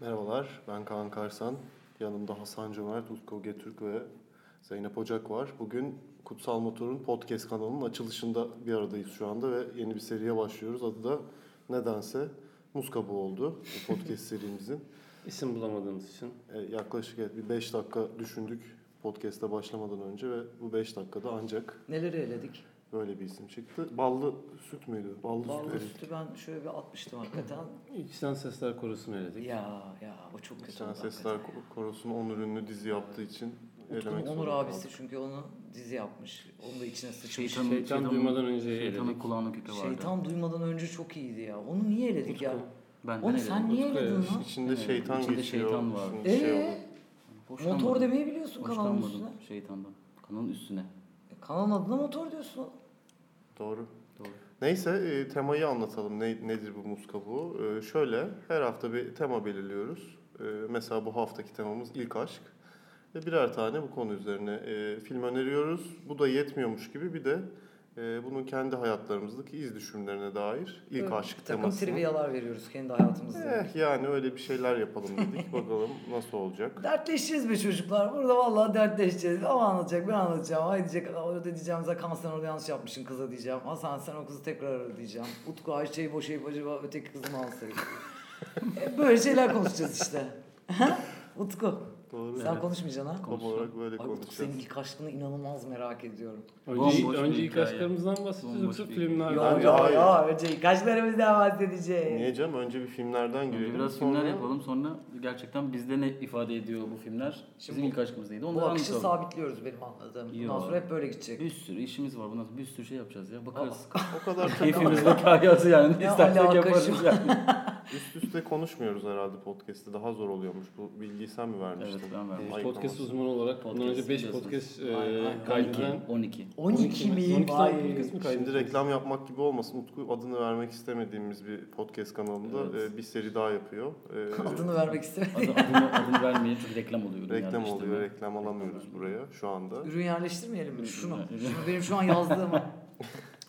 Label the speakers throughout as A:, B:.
A: Merhabalar, ben Kaan Karsan. Yanımda Hasan Cömert, Utku Getürk ve Zeynep Ocak var. Bugün Kutsal Motor'un podcast kanalının açılışında bir aradayız şu anda ve yeni bir seriye başlıyoruz. Adı da nedense Muz Kabuğu oldu bu podcast serimizin.
B: İsim bulamadığımız için.
A: E, yaklaşık evet, bir 5 dakika düşündük podcast'e başlamadan önce ve bu 5 dakikada ancak
C: Neleri eledik?
A: böyle bir isim çıktı. Ballı süt müydü? Ballı,
C: Ballı
A: süt. evet.
C: sütü ben şöyle bir atmıştım hakikaten.
B: İlk sen sesler korusu eledik.
C: ya ya o çok kötü
A: Geçen
C: oldu
A: Sesler
C: hakikaten.
A: Ko- Korosu'nun Onur ünlü dizi yaptığı için
C: Utku'nun
A: elemek
C: Onur
A: zorunda
C: abisi
A: kaldık.
C: çünkü onu dizi yapmış. Onu da içine sıçmış. Şey-
B: Şeytan- duymadan önce
D: şeytanın
B: eledik.
D: kulağına küpe vardı.
C: Şeytan duymadan önce çok iyiydi ya. Onu niye eledik ya?
D: Benden
C: Onu
D: eledim.
C: sen niye
B: Utku
C: eledin
B: eledik.
C: lan?
A: İçinde
D: Evet,
A: şeytan
D: içinde
A: geçiyor.
D: şeytan var.
A: Şimdi
C: Ee?
A: şey oldu.
C: Eee?
D: Boş
C: Motor
D: kalmadım.
C: demeyi biliyorsun
D: Boş
C: kanalın
D: kalmadım
C: üstüne.
D: Şeytandan. Kanalın üstüne.
C: E, Kanalın adına motor diyorsun.
A: Doğru.
D: Doğru.
A: Neyse e, temayı anlatalım. Ne, nedir bu muz kabuğu? E, şöyle her hafta bir tema belirliyoruz. E, mesela bu haftaki temamız ilk aşk. Ve birer tane bu konu üzerine e, film öneriyoruz. Bu da yetmiyormuş gibi bir de e, bunun kendi hayatlarımızdaki iz düşümlerine dair ilk
C: Böyle
A: aşk
C: Takım
A: temasını.
C: triviyalar veriyoruz kendi hayatımızda.
A: Eh, yani öyle bir şeyler yapalım dedik. Bakalım nasıl olacak.
C: Dertleşeceğiz be çocuklar. Burada vallahi dertleşeceğiz. O anlatacak, ben anlatacağım. Ay diyecek, orada diyeceğim zaten sen orada yanlış yapmışsın kıza diyeceğim. Hasan sen o kızı tekrar ara diyeceğim. Utku Ayşe'yi boşayıp acaba öteki kızı mı alsaydı? E, Böyle şeyler konuşacağız işte. Utku
A: Doğru.
C: sen konuşmayacaksın ha?
A: Tam olarak böyle
C: Ay Utku
A: konuşacağız.
C: senin ilk aşkını inanılmaz merak ediyorum.
B: Önce,
D: Bomboş bir
B: önce ilk
D: hikaye.
B: aşklarımızdan bahsedeceğiz
D: Bomboş
B: yoksa
D: bir
B: filmler.
A: hikaye.
C: Yo
A: Bence
C: yo
A: hayır.
C: yo önce ilk aşklarımızdan bahsedeceğiz.
A: Niye canım? Önce bir filmlerden
D: Önce
A: girelim.
D: biraz filmler
A: sonra-
D: yapalım sonra gerçekten bizde ne ifade ediyor bu filmler.
C: Şimdi
D: Bizim
C: bu-
D: ilk aşkımız neydi? Onu
C: Bu akışı
D: anlatalım.
C: sabitliyoruz benim anladığım.
D: Yo.
C: Bundan sonra hep böyle gidecek.
D: Bir sürü işimiz var. Bundan sonra bir sürü şey yapacağız ya. Bakarız.
A: O kadar
D: Keyfimiz vakayası yani. Ne
C: Ya
D: istersek
C: alaka
D: yaparız
C: şu-
D: yani.
A: Üst üste konuşmuyoruz herhalde podcast'te. Daha zor oluyormuş. Bu bilgiyi sen mi vermiştin?
D: Evet, ben vermiştim.
A: Ay,
B: Podcast
A: tamam.
B: uzmanı olarak bundan
D: Podcast
B: önce 5
D: biliyorsunuz.
B: podcast
C: Aynen,
B: e,
C: aynen.
D: 12.
B: kaydeden
D: 12.
C: 12
B: mi?
C: miyim?
B: 12 tane
C: Ay.
B: podcast mı
A: Şimdi
B: kaydedeceğiz?
A: reklam yapmak gibi olmasın. Utku adını vermek istemediğimiz bir podcast kanalında
D: Evet.
A: e, bir seri daha yapıyor. E,
C: Adını vermek istemiyorum.
D: Adı, adını, adını vermeyin çünkü reklam oluyor. ürün
A: reklam
D: yerleştirme.
A: oluyor. Reklam alamıyoruz buraya şu anda.
C: Ürün yerleştirmeyelim mi? Şunu.
D: Ürün-
C: Şunu benim şu an yazdığım.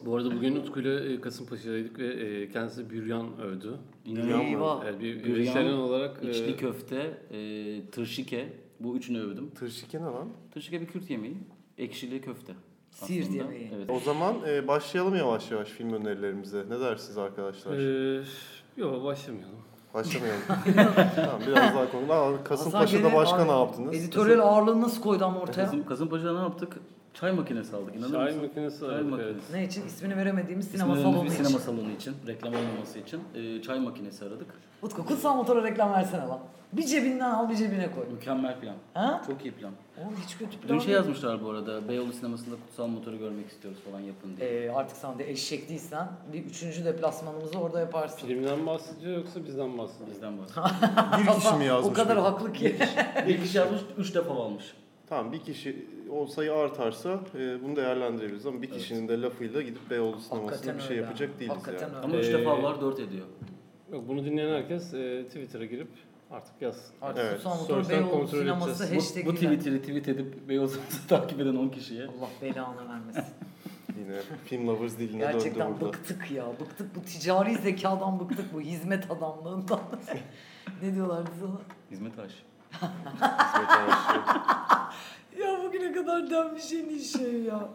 B: Bu arada bugün Utku ile e, Kasımpaşa'daydık ve e, kendisi büryan övdü.
D: İnanılmaz.
C: Eyvah.
B: Yani bir
D: Büryan,
B: vejetaryen olarak e,
D: İçli köfte, e, tırşike. Bu üçünü övdüm.
A: Tırşike ne lan?
D: Tırşike bir Kürt yemeği. Ekşili köfte.
C: Siirt
D: aslında.
C: yemeği.
D: Evet.
A: O zaman e, başlayalım yavaş yavaş film önerilerimize. Ne dersiniz arkadaşlar?
B: e, Yok başlamayalım.
A: Başlamayalım. tamam biraz daha konu. Aa, Kasımpaşa'da
C: gene-
A: başka ne
C: Ay,
A: yaptınız?
C: Editörel ağırlığını nasıl koydu ama ortaya?
D: Kazım, Kazımpaşa'da ne yaptık? Çay makinesi aldık. İnanır
B: Şahin
D: mısın?
B: makinesi
D: Çay
B: aradık,
D: makinesi.
B: evet.
C: Ne için? İsmini veremediğimiz sinema
D: İsmini
C: salonu
D: bir
C: için.
D: Sinema salonu için. Reklam olmaması için. e, çay makinesi aradık.
C: Utku kutsal motora reklam versene lan. Bir cebinden al bir cebine koy.
D: Mükemmel plan.
C: Ha?
D: Çok iyi plan.
C: Oğlum hiç kötü plan
D: Dün şey
C: değil.
D: yazmışlar bu arada. Beyoğlu sinemasında kutsal motoru görmek istiyoruz falan yapın diye.
C: Ee, artık sen de eşek değilsen bir üçüncü deplasmanımızı orada yaparsın.
B: Filmden bahsediyor yoksa bizden bahsediyor?
D: Bizden bahsediyor. Ee,
A: Bir kişi mi yazmış?
C: o kadar
A: peki?
C: haklı ki.
D: bir kişi yazmış, üç defa almış.
A: Tamam bir kişi o sayı artarsa e, bunu değerlendirebiliriz ama bir kişinin de lafıyla gidip Beyoğlu sinemasında
C: Hakikaten
A: bir şey
C: öyle.
A: yapacak değiliz
C: Hakikaten
A: yani.
C: öyle.
D: Ama üç
B: Ee,
D: defa var, dört ediyor.
B: Yok bunu dinleyen herkes e, Twitter'a girip artık yazsın.
C: Artık
A: Evet,
C: kutsal motor
B: sonuçta
C: Beyoğlu
B: kontrol
C: sineması
B: edeceğiz.
D: Bu,
C: hashtagiyle.
D: bu Twitter'ı tweet edip Beyoğlu sinemasını takip eden 10 kişiye.
C: Allah belanı vermesin.
A: Yine film lovers diline
C: Gerçekten
A: döndü burada.
C: bıktık ya. Bıktık bu ticari zekadan bıktık bu hizmet adamlığından. ne diyorlardı sana?
D: Hizmet Aş.
A: Hizmet aşçı.
C: Ya bugüne kadar denmiş en iyi şey ya.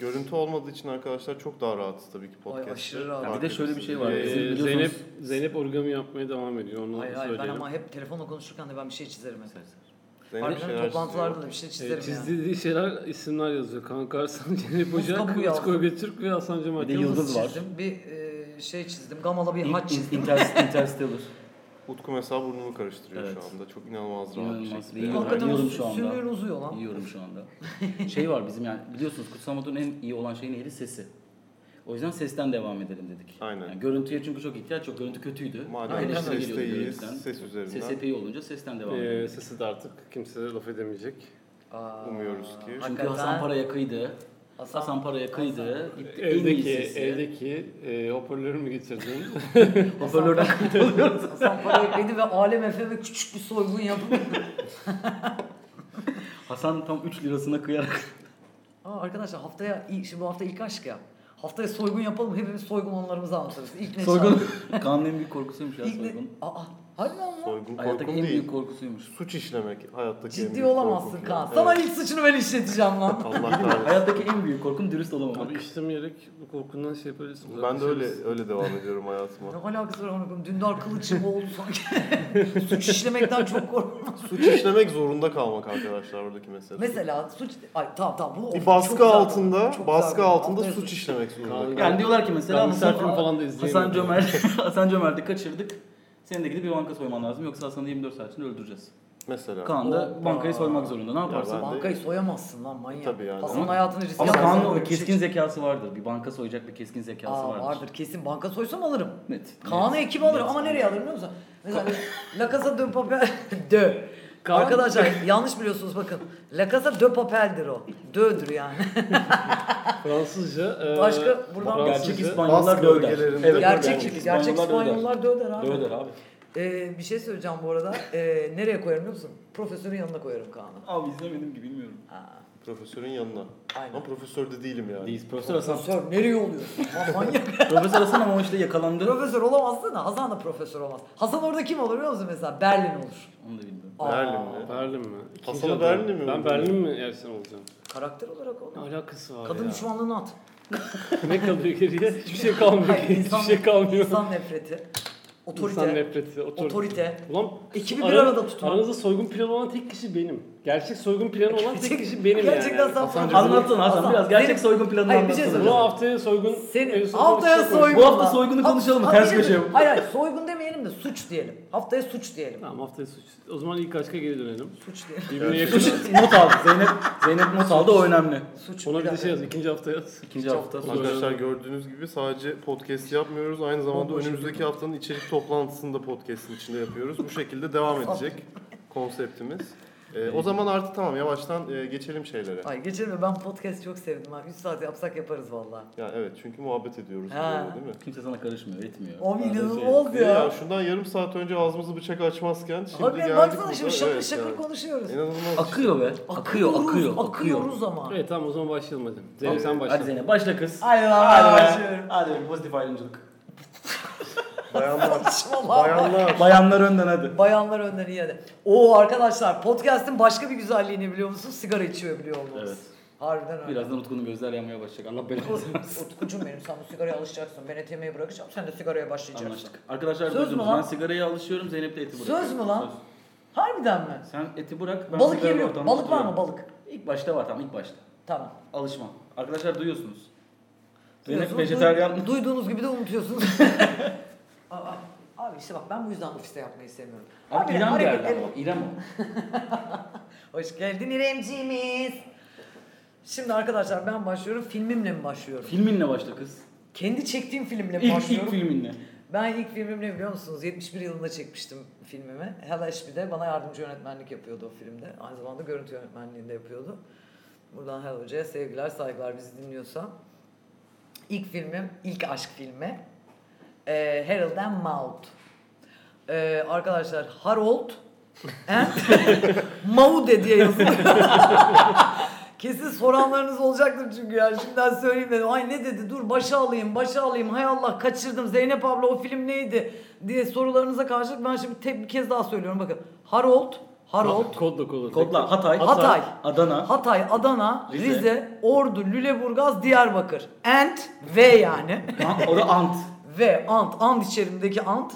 A: Görüntü olmadığı için arkadaşlar çok daha rahatız tabii ki podcast'te.
C: aşırı rahat.
A: Fark
D: Bir de şöyle bir şey var.
A: ediyorsunuz.
D: Bizim
B: Ee,
D: biliyorsunuz-
B: Zeynep Zeynep origami yapmaya devam ediyor onu
C: Hayır hayır ben
B: söyleyelim.
C: ama hep telefonla konuşurken de ben bir şey çizerim hep.
A: Ee, Zeynep
C: Harbiden
A: şeyler
C: toplantılarda
A: çiziyor.
C: da bir şey
B: Ee,
C: çizerim ya.
B: çizdiği şeyler isimler yazıyor. Kankarsan, Zeynep Ocak,
C: kabuğu yazdı.
B: Utku Götürk ve Hasan Cemal.
D: Bir de
B: Yılmaz.
D: yıldız var.
C: çizdim, bir e, şey çizdim, Gamalı bir
D: İn-
C: haç
D: in-
C: çizdim.
D: Inter- Interstellar.
A: Utku mesela burnunu karıştırıyor
D: Evet.
A: şu anda. Çok inanılmaz rahat bir
D: İnanılmaz.
A: şekilde.
D: Değil.
A: Evet.
C: Hakikaten o
D: Yiyorum şu anda.
C: sünür uzuyor lan.
D: Yiyorum şu anda. şey var bizim yani biliyorsunuz Kutsal Motor'un en iyi olan şey neydi? Sesi. O yüzden sesten devam edelim dedik.
A: Aynen.
D: Yani görüntüye çünkü çok ihtiyaç yok. Görüntü kötüydü.
A: Madem
D: Eleştiri
A: seste
D: geliyordu
A: iyiyiz,
D: görüntüden.
A: ses üzerinden.
D: Ses epey olunca sesten devam edelim.
B: Ee, sesi de artık kimse laf edemeyecek.
C: Aa,
A: Umuyoruz ki. Çünkü
D: Çünkü
C: hakikaten
D: Hasan Para'ya kıydı.
C: Hasan,
D: Hasan Para'ya kıydı. İpte en iyi
B: Ee, Evdeki,
D: sesi.
B: evdeki e, hoparlörü mü getirdin?
D: Hoparlörden kıydı.
C: Hasan Para ekledi ve Alem Efe'me küçük bir soygun yapıp.
D: Hasan tam 3 lirasına kıyarak.
C: Aa, arkadaşlar haftaya, i- şimdi bu hafta ilk aşk ya. Haftaya soygun yapalım, hepimiz soygun anılarımızı anlatırız. İlk ne
D: soygun. Kaan'ın en büyük korkusuymuş ya
C: İlk ne-
D: soygun.
C: Aa, harbiden mi?
A: Soygun
D: Hayattaki
A: korkum
D: en
A: değil.
D: büyük korkusuymuş.
A: Suç işlemek hayattaki en
C: Ciddi
A: büyük
C: olamazsın
A: korkum.
C: Kaan.
A: Evet.
C: Sana ilk suçunu ben işleteceğim lan.
A: Allah kahretsin.
D: Hayattaki en büyük korkum dürüst olamamak.
B: Abi işlemeyerek bu korkundan şey yapabilirsin.
A: Ben de öyle
B: uzaklaşabilirsin.
A: öyle devam ediyorum hayatıma.
C: Ne alakası var amına koyayım? Dündar Kılıç'ın oldu sanki. suç işlemekten çok korkmaz.
A: Suç işlemek zorunda kalmak arkadaşlar buradaki mesele.
C: Mesela suç... Ay tamam tamam bu...
A: bir
C: çok
A: baskı
C: güzel.
A: altında,
C: Çok
A: baskı
C: güzel.
A: altında
C: Haftaya
A: suç işlemek zorunda.
B: Kavga-
A: kalmak.
D: Yani diyorlar ki mesela
B: Ben misafirimi falan da izleyemiyorum.
D: Hasan Cömert, Hasan Cömert'i kaçırdık. Senin de gidip bir banka soyman lazım. Yoksa Hasan'ı 24 saat içinde öldüreceğiz.
A: Mesela.
D: Kaan da
C: Hoppa.
D: bankayı soymak zorunda. Ne yaparsın?
A: ben-
C: Bankayı soyamazsın lan manyak.
A: Tabii yani.
C: Hasan'ın
A: Ama-
C: hayatını riske
D: Ama
A: Ya
C: atarsan
A: ben-
D: Kaan'ın o
C: böyle bir şey
D: keskin
C: çık-
D: zekası vardır. Bir banka soyacak bir keskin zekası
C: Aa,
D: vardır.
C: vardır kesin. Banka soysam alırım.
D: Net.
C: Kaan'ı ekibe alırım ama nereye alırım biliyor musun? Mesela La Casa de Papel... de.
D: Kaan-
C: Arkadaşlar yanlış biliyorsunuz bakın. La Casa de Papel'dir o. Dö'dür yani.
B: Fransızca. e,
C: Başka buradan-
B: Fransızca-
D: Gerçek İspanyollar
A: Baskı
D: dövder.
A: bölgelerinde-
C: gerçek
D: dövder.
C: gerçek İspanyollar döder abi.
D: Dövder abi.
C: Ee, bir şey söyleyeceğim bu arada. Ee, nereye koyarım biliyor musun? Profesörün yanına koyarım Kaan'ı.
D: Abi izlemedim ki bilmiyorum.
C: Ha,
A: Profesörün yanına.
C: Aynen.
A: Ama profesör de değilim yani.
D: Değil. Profesör Hasan.
C: Profesör nereye oluyorsun? Lan manyak.
D: Profesör Hasan ama o işte yakalandı.
C: profesör olamazsın da Hasan da profesör olmaz. Hasan orada kim olur biliyor musun mesela? Berlin olur.
D: Onu da bilmiyorum.
C: Aa,
A: Berlin mi?
B: Berlin mi? İkinci
A: Hasan'ı
B: adam.
A: Berlin'e mi
B: Ben
A: vurdun?
B: Berlin mi Ersen olacağım?
C: Karakter olarak
B: Ne
C: onu.
B: alakası var
C: Kadın
B: ya?
C: düşmanlığını at.
B: ne kalıyor geriye? Hiçbir şey kalmıyor.
C: Hayır,
B: Hiçbir
C: insan-
B: şey kalmıyor.
C: İnsan nefreti. Otorite.
B: İnsan nefreti. Otorite.
C: Otorite.
B: Ulan
C: Ekibi bir
B: ara-
C: arada tutun.
B: Aranızda soygun planı olan tek kişi benim. Gerçek soygun planı olan tek kişi benim
C: Gerçekten
B: yani.
C: sen
A: Hasan-
C: profesör-
D: Anlatsana Hasan biraz gerçek
C: senin-
D: soygun planını
C: Hayır, bir şey
D: anlatsana.
B: Bu haftaya soygun... şey
C: Senin
B: mevzusunu
C: haftaya
B: konuşacak mıyız?
C: soygun.
D: Bu hafta soygunu konuşalım mı? Ters köşe yapalım.
C: Hayır hayır soygun demeyelim de suç diyelim. Haftaya suç diyelim.
B: Tamam haftaya suç. O zaman ilk aşka geri dönelim.
C: Suç diyelim.
B: Birbirine yakın.
D: Suç not aldı. Zeynep, Zeynep not aldı o önemli.
C: Suç.
B: Ona bir de
C: dakika.
B: şey yaz. ikinci hafta yaz.
D: İkinci hafta.
B: Suç.
A: Arkadaşlar gördüğünüz gibi sadece podcast yapmıyoruz. Aynı zamanda önümüzdeki haftanın içerik toplantısını da podcast'in içinde yapıyoruz. Bu şekilde devam edecek konseptimiz. Ee, o zaman artık tamam yavaştan e, geçelim şeylere.
C: Ay geçelim mi? ben podcast çok sevdim abi. 100 saat yapsak yaparız valla.
A: Ya evet çünkü muhabbet ediyoruz
C: Ha.
A: böyle, değil mi?
D: Kimse sana karışmıyor, etmiyor.
C: Abi
D: Sadece-
C: inanılmaz
A: Şey, Ya.
C: ya.
A: şundan yarım saat önce ağzımızı bıçak açmazken şimdi
C: Abi
A: geldik
C: baksana
A: burada,
C: şimdi şakır
A: evet
C: şakır
A: yani.
C: konuşuyoruz.
A: İnanılmaz.
D: Akıyor be. Akıyor,
C: Akıyoruz,
D: akıyor, akıyor.
C: Akıyoruz ama.
B: Evet tamam o zaman başlayalım hadi. Zeynep sen
D: Hadi
B: başla.
D: Zeynep başla kız.
C: Haydi lan,
D: Hadi be.
C: başlıyorum.
D: Hadi be, pozitif ayrımcılık.
A: Bayanlar.
C: Saçmalama.
A: bayanlar.
D: Bayanlar önden hadi.
C: Bayanlar önden iyi hadi. Oo arkadaşlar podcast'in başka bir güzelliğini biliyor musunuz? Sigara içiyor biliyor olmamız.
D: Evet.
C: Harbiden öyle.
D: Birazdan Utku'nun gözler yanmaya başlayacak. Allah belanı versin.
C: Utkucuğum benim sen bu sigaraya alışacaksın. Ben et yemeyi bırakacağım. Sen de sigaraya başlayacaksın.
D: Anlaştık. Arkadaşlar
C: Söz mü
D: duydunuz.
C: lan?
D: Ben sigaraya alışıyorum, Zeynep de eti bırakıyor.
C: Söz mü lan? Harbiden mi?
D: Söz. Sen eti bırak, ben
C: balık
D: sigara
C: yemiyor.
D: ortamda
C: Balık var mı
D: oturuyorum.
C: balık?
D: İlk başta var tamam, ilk başta.
C: Tamam.
D: Alışma. Arkadaşlar duyuyorsunuz. Zeynep
C: Duyuyorsunuz,
D: vejetaryen.
C: duy- Duyduğunuz gibi de unutuyorsunuz. Aa, abi işte bak ben bu yüzden ofiste yapmayı sevmiyorum.
D: Abi
C: Habire
D: İrem geldi
C: hareketlerim-
D: ama. İrem o.
C: Hoş geldin İremciğimiz. Şimdi arkadaşlar ben başlıyorum. Filmimle mi başlıyorum?
D: Filminle başla kız.
C: Kendi çektiğim filmle mi
D: İlk,
C: başlıyorum?
D: ilk filminle.
C: Ben ilk filmimle biliyor musunuz? 71 yılında çekmiştim filmimi. Hella de bana yardımcı yönetmenlik yapıyordu o filmde. Aynı zamanda görüntü yönetmenliğini de yapıyordu. Buradan Hel Hoca'ya sevgiler, saygılar bizi dinliyorsa. İlk filmim, ilk aşk filmi. Ee, Harold and Maud. Ee, arkadaşlar Harold and Maude diye yazılıyor. Kesin soranlarınız olacaktır çünkü yani şimdiden söyleyeyim dedim. Ay ne dedi dur başa alayım başa alayım hay Allah kaçırdım Zeynep abla o film neydi diye sorularınıza karşılık ben şimdi tek bir kez daha söylüyorum bakın. Harold, Harold,
B: Kodla kodla.
D: Kodla Hatay,
C: Hatay.
D: Adana,
C: Hatay, Adana,
D: Rize.
C: Rize, Ordu, Lüleburgaz, Diyarbakır. And ve yani.
D: An- o da Ant.
C: ve Ant, Ant içerimdeki Ant.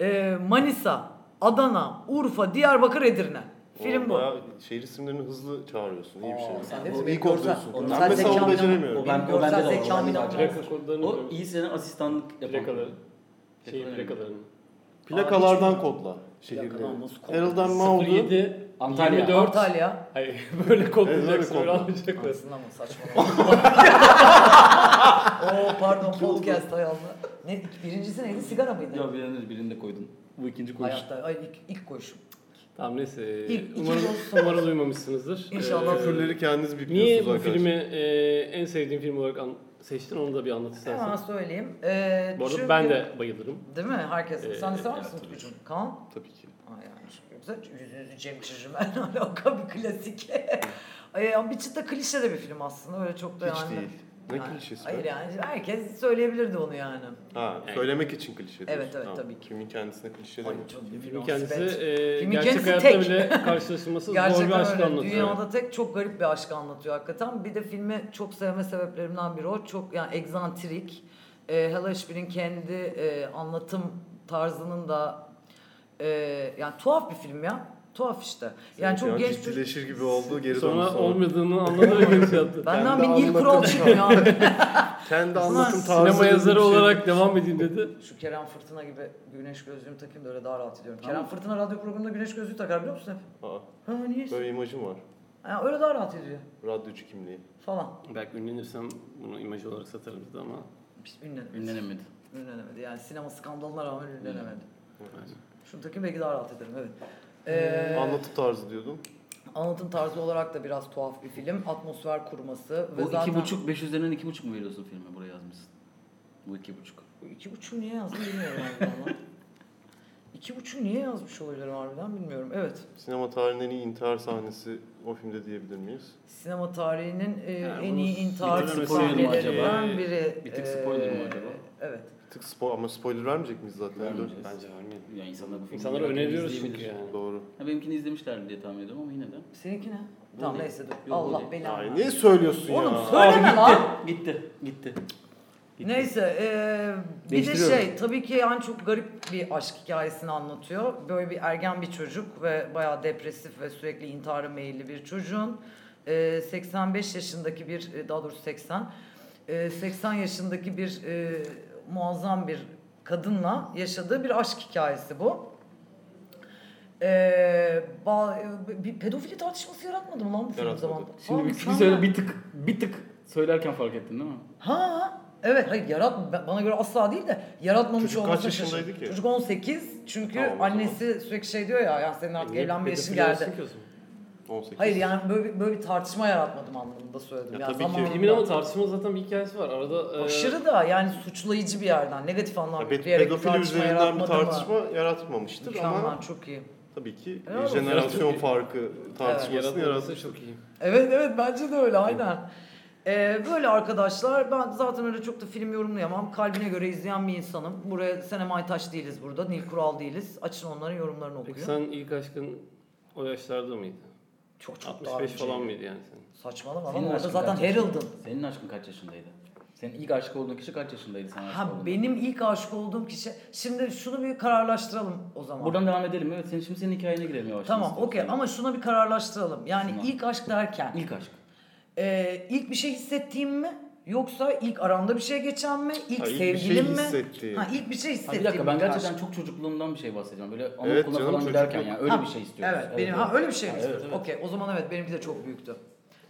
C: Ee, Manisa, Adana, Urfa, Diyarbakır, Edirne. Film
A: şey. Oğlum
C: bu.
A: bayağı şehir isimlerini hızlı çağırıyorsun. İyi bir şey.
C: Aa, sen
A: Bu
C: hepsi
A: iyi
C: benim
A: kodluyorsun.
C: görsel-
A: Ben
D: Sen
A: mesela onu
C: zekamdan-
A: beceremiyorum.
D: O ben- o
C: Benim görsel
D: bende de var,
C: zekam
D: o bende de var.
C: inanılmaz.
B: Plaka kodlarını.
D: O
B: O
D: iyi senin asistanlık yapan.
B: Plakaları. Şey
D: Plakaları.
B: plakalarını.
A: Plakalardan kodla. Şehirleri.
C: Plakadan nasıl kodla?
A: Harold'dan Maud'u.
B: 07
D: Antalya.
B: 24.
C: Antalya.
B: Hayır böyle kodlayacaksın
A: Evet,
B: öyle
A: öyle kodla.
B: almayacaklar.
C: Anasını ama saçmalama. Oo pardon podcast hay Allah. Ne, birincisi neydi? Sigara mıydı?
D: Ya birini, birini de koydun. Bu ikinci
A: şey.
D: koyuş.
C: Hayatta. Ay ilk, ilk koyuşum.
B: Tamam neyse.
C: İlk- ikinci
B: umarım,
C: olsun.
B: umarım duymamışsınızdır.
C: İnşallah.
B: Ee,
A: Küfürleri kendiniz bipliyorsunuz
B: Niye bu
A: arkadaşlar.
B: filmi e, en sevdiğin film olarak an- seçtin onu da bir anlat istersen.
C: Hemen söyleyeyim. Ee,
B: Bu arada
C: çünkü-
B: ben de bayılırım.
C: Değil mi? Herkes.
B: Ee,
C: Sen de sever
B: evet,
C: misin
B: tabii
C: Utkucuğum? Kaan?
A: Tabii ki.
C: Ay yani çok güzel. Yüzünüzü Cem Çirmen alaka bir klasik. Ay, ama bir çıta klişe de bir film aslında. Öyle çok da
A: Hiç
C: yani.
A: değil. Ne
C: Ha,
A: klişesi? be?
C: Hayır yani herkes söyleyebilirdi onu yani.
A: Ha, söylemek için klişe diyorsun.
C: Evet, evet,
A: Tamam.
C: tabii ki.
A: Kimin kendisine klişe
C: Ay,
A: demiyor.
C: çok
B: Kimin
C: münasebet.
B: kendisi e,
C: Kimin
B: gerçek
C: kendisi
B: hayatta
C: tek.
B: bile karşılaşılması zor bir
C: Gerçekten
B: aşk
C: öyle.
B: anlatıyor.
C: Dünyada tek çok garip bir aşk anlatıyor hakikaten. Bir de filmi çok sevme sebeplerimden biri o. Çok yani egzantrik. E, Hela Şpil'in kendi e, anlatım tarzının da e, yani tuhaf bir film ya. Tuhaf işte. Yani çok
A: Yani
C: genç bir...
A: ciddileşir gibi oldu geri
B: Sonra
A: dönüş
B: olmadığını anladı ve geri şey yaptı.
C: Benden bir
A: Kendi
C: Neil Kroll
A: anlatım-
C: çıkıyor abi.
A: Kendi anlatım
C: Ulan
A: tarzı.
B: Sinema yazarı
A: bir şey.
B: olarak devam edeyim dedi.
C: Şu Kerem Fırtına gibi güneş gözlüğümü takayım da öyle daha rahat ediyorum.
D: Tamam.
C: Kerem Fırtına radyo programında güneş gözlüğü takar biliyor musun hep?
A: Aa,
C: Ha niye?
A: böyle imajım var.
C: Yani öyle daha rahat ediyor
A: Radyocu kimliği.
C: falan.
B: Belki ünlenirsem bunu imaj olarak satarım dedi ama.
C: Hiç Ünlenemedi.
D: Ünlenemedi.
C: Ünlenemedi. Yani sinema skandalına rağmen ünlenemedi.
B: Yani.
C: Şunu takayım belki daha rahat ederim. Evet. Ee,
A: Anlatım tarzı diyordun.
C: Anlatım tarzı olarak da biraz tuhaf bir film. Atmosfer kurması.
D: Bu
C: ve zaten...
D: iki buçuk, beş üzerinden iki buçuk mu veriyorsun filme? Buraya yazmışsın. Bu iki buçuk.
C: İki buçuğu niye yazdım bilmiyorum harbiden lan. İki buçuğu niye yazmış olabilirim harbiden bilmiyorum. Evet.
A: Sinema tarihinin en iyi intihar sahnesi o filmde diyebilir miyiz?
C: Sinema tarihinin e,
B: Yani
C: en
B: bunu
C: iyi intihar
B: bir tık spoiler mı
C: sahnelerinden
B: acaba?
C: biri. ee,
D: Bir tık spoiler mı acaba?
C: Evet.
A: Bir tık spo- ama spoiler vermeyecek miyiz zaten?
D: Vermeyeceğiz.
B: Bence vermeyelim.
D: Yani insanlar bu filmi
B: İnsanlara
D: merak edip
B: öneriyoruz
D: izleyebilir.
B: çünkü yani.
A: Doğru.
D: Ha, benimkini izlemişlerdi diye tahmin ediyorum ama yine de.
C: Seninki ne?
D: Bu
C: tamam
D: ne?
C: neyse dur.
D: Yok, bu
C: Allah
D: ne?
C: beni
A: Ay,
C: anlar.
A: niye söylüyorsun
C: Oğlum,
A: ya?
C: söyle- Söyleme
D: gitti,
C: lan!
D: Gitti, gitti. Gitti.
C: Neyse eee, bir de
D: Değiştiriyorum.
C: şey tabii ki yani çok garip bir aşk hikayesini anlatıyor. Böyle bir ergen bir çocuk ve bayağı depresif ve sürekli intihara meyilli bir çocuğun eee, 85 yaşındaki bir e, daha doğrusu 80 eee, 80 yaşındaki bir eee, muazzam bir kadınla yaşadığı bir aşk hikayesi bu. Eee, ba- bir pedofili tartışması yaratmadı mı lan bu film
A: Yaratmadı.
C: zamanında?
D: Şimdi
C: Oğlum
D: bir,
C: sen
D: bir,
C: de-
D: söyle, bir tık, bir tık söylerken fark ettin değil mi?
C: Ha evet hayır yarat ben- bana göre asla değil de yaratmamış
A: Çocuk kaç
C: olması
A: yaşındaydı
C: şaşırtıcı.
A: ki?
C: Çocuk 18 çünkü
A: Tamam, o zaman.
C: annesi sürekli şey diyor ya ya senin artık
B: Niye
C: evlenme yaşın
B: pedofili
C: geldi.
B: olsun ki o zaman?
A: 18.
C: Hayır yani böyle, bir- böyle bir tartışma yaratmadım anlamında söyledim.
A: Ya
C: yani
A: tabii ki.
C: zamanında-
B: Filmin ama tartışmanın zaten bir hikayesi var. Arada e,
C: Aşırı da yani suçlayıcı bir yerden negatif anlam
A: Ya, ped-
C: yükleyerek bir
A: pedofili
C: tartışma
A: üzerinden
C: yaratmadı
A: bir tartışma yaratmamıştır
C: mı? Ama...
A: ama
C: çok iyi.
A: tabii ki
C: Helal olsun.
A: jenerasyon farkı tartışmasını
B: yaratması
A: yaratmış.
B: çok iyi.
C: Evet evet bence de öyle aynen. Ee, böyle arkadaşlar ben zaten öyle çok da film yorumlayamam. Kalbine göre izleyen bir insanım. Buraya Senem Aytaş değiliz burada. Nil Kural değiliz. Açın onların yorumlarını okuyun.
B: Peki sen ilk aşkın o yaşlarda mıydı?
C: Çok çok daha
B: 65
C: önce.
B: falan mıydı yani sen?
C: Saçmalama
D: Senin
C: lan orada
D: aşkın
C: zaten
D: kaç yaşında-
C: Harold'ın.
D: Senin aşkın kaç yaşındaydı? Senin ilk aşık olduğun kişi kaç yaşındaydı sana aşık
C: Ha
D: olduğunda?
C: benim ilk aşık olduğum kişi. Şimdi şunu bir kararlaştıralım o zaman.
D: Buradan devam edelim. Evet, senin, şimdi senin hikayene girelim yavaş.
C: Tamam
D: yavaş.
C: okey ama şunu bir kararlaştıralım. Yani
D: Tamam.
C: ilk aşk derken
D: ilk aşk.
C: e, ilk bir şey hissettiğim mi? Yoksa ilk aramda bir şey geçen mi? İlk
A: Ha, ilk bir şey
C: sevgilim mi?
A: hissettiğim.
C: Ha ilk bir şey
D: Ha,
C: hissettiğim.
D: bir dakika ben
C: ilk
D: gerçekten
C: aşk.
D: çok çocukluğumdan bir şey bahsedeceğim. Böyle anaokuluna
A: Evet canım,
D: falan giderken
A: çocukluk.
D: yani öyle
C: Ha,
D: bir şey istiyoruz.
C: Evet, benim ha öyle bir şey mi?
D: Ha, evet, evet.
C: Okey o zaman evet benimki de çok büyüktü.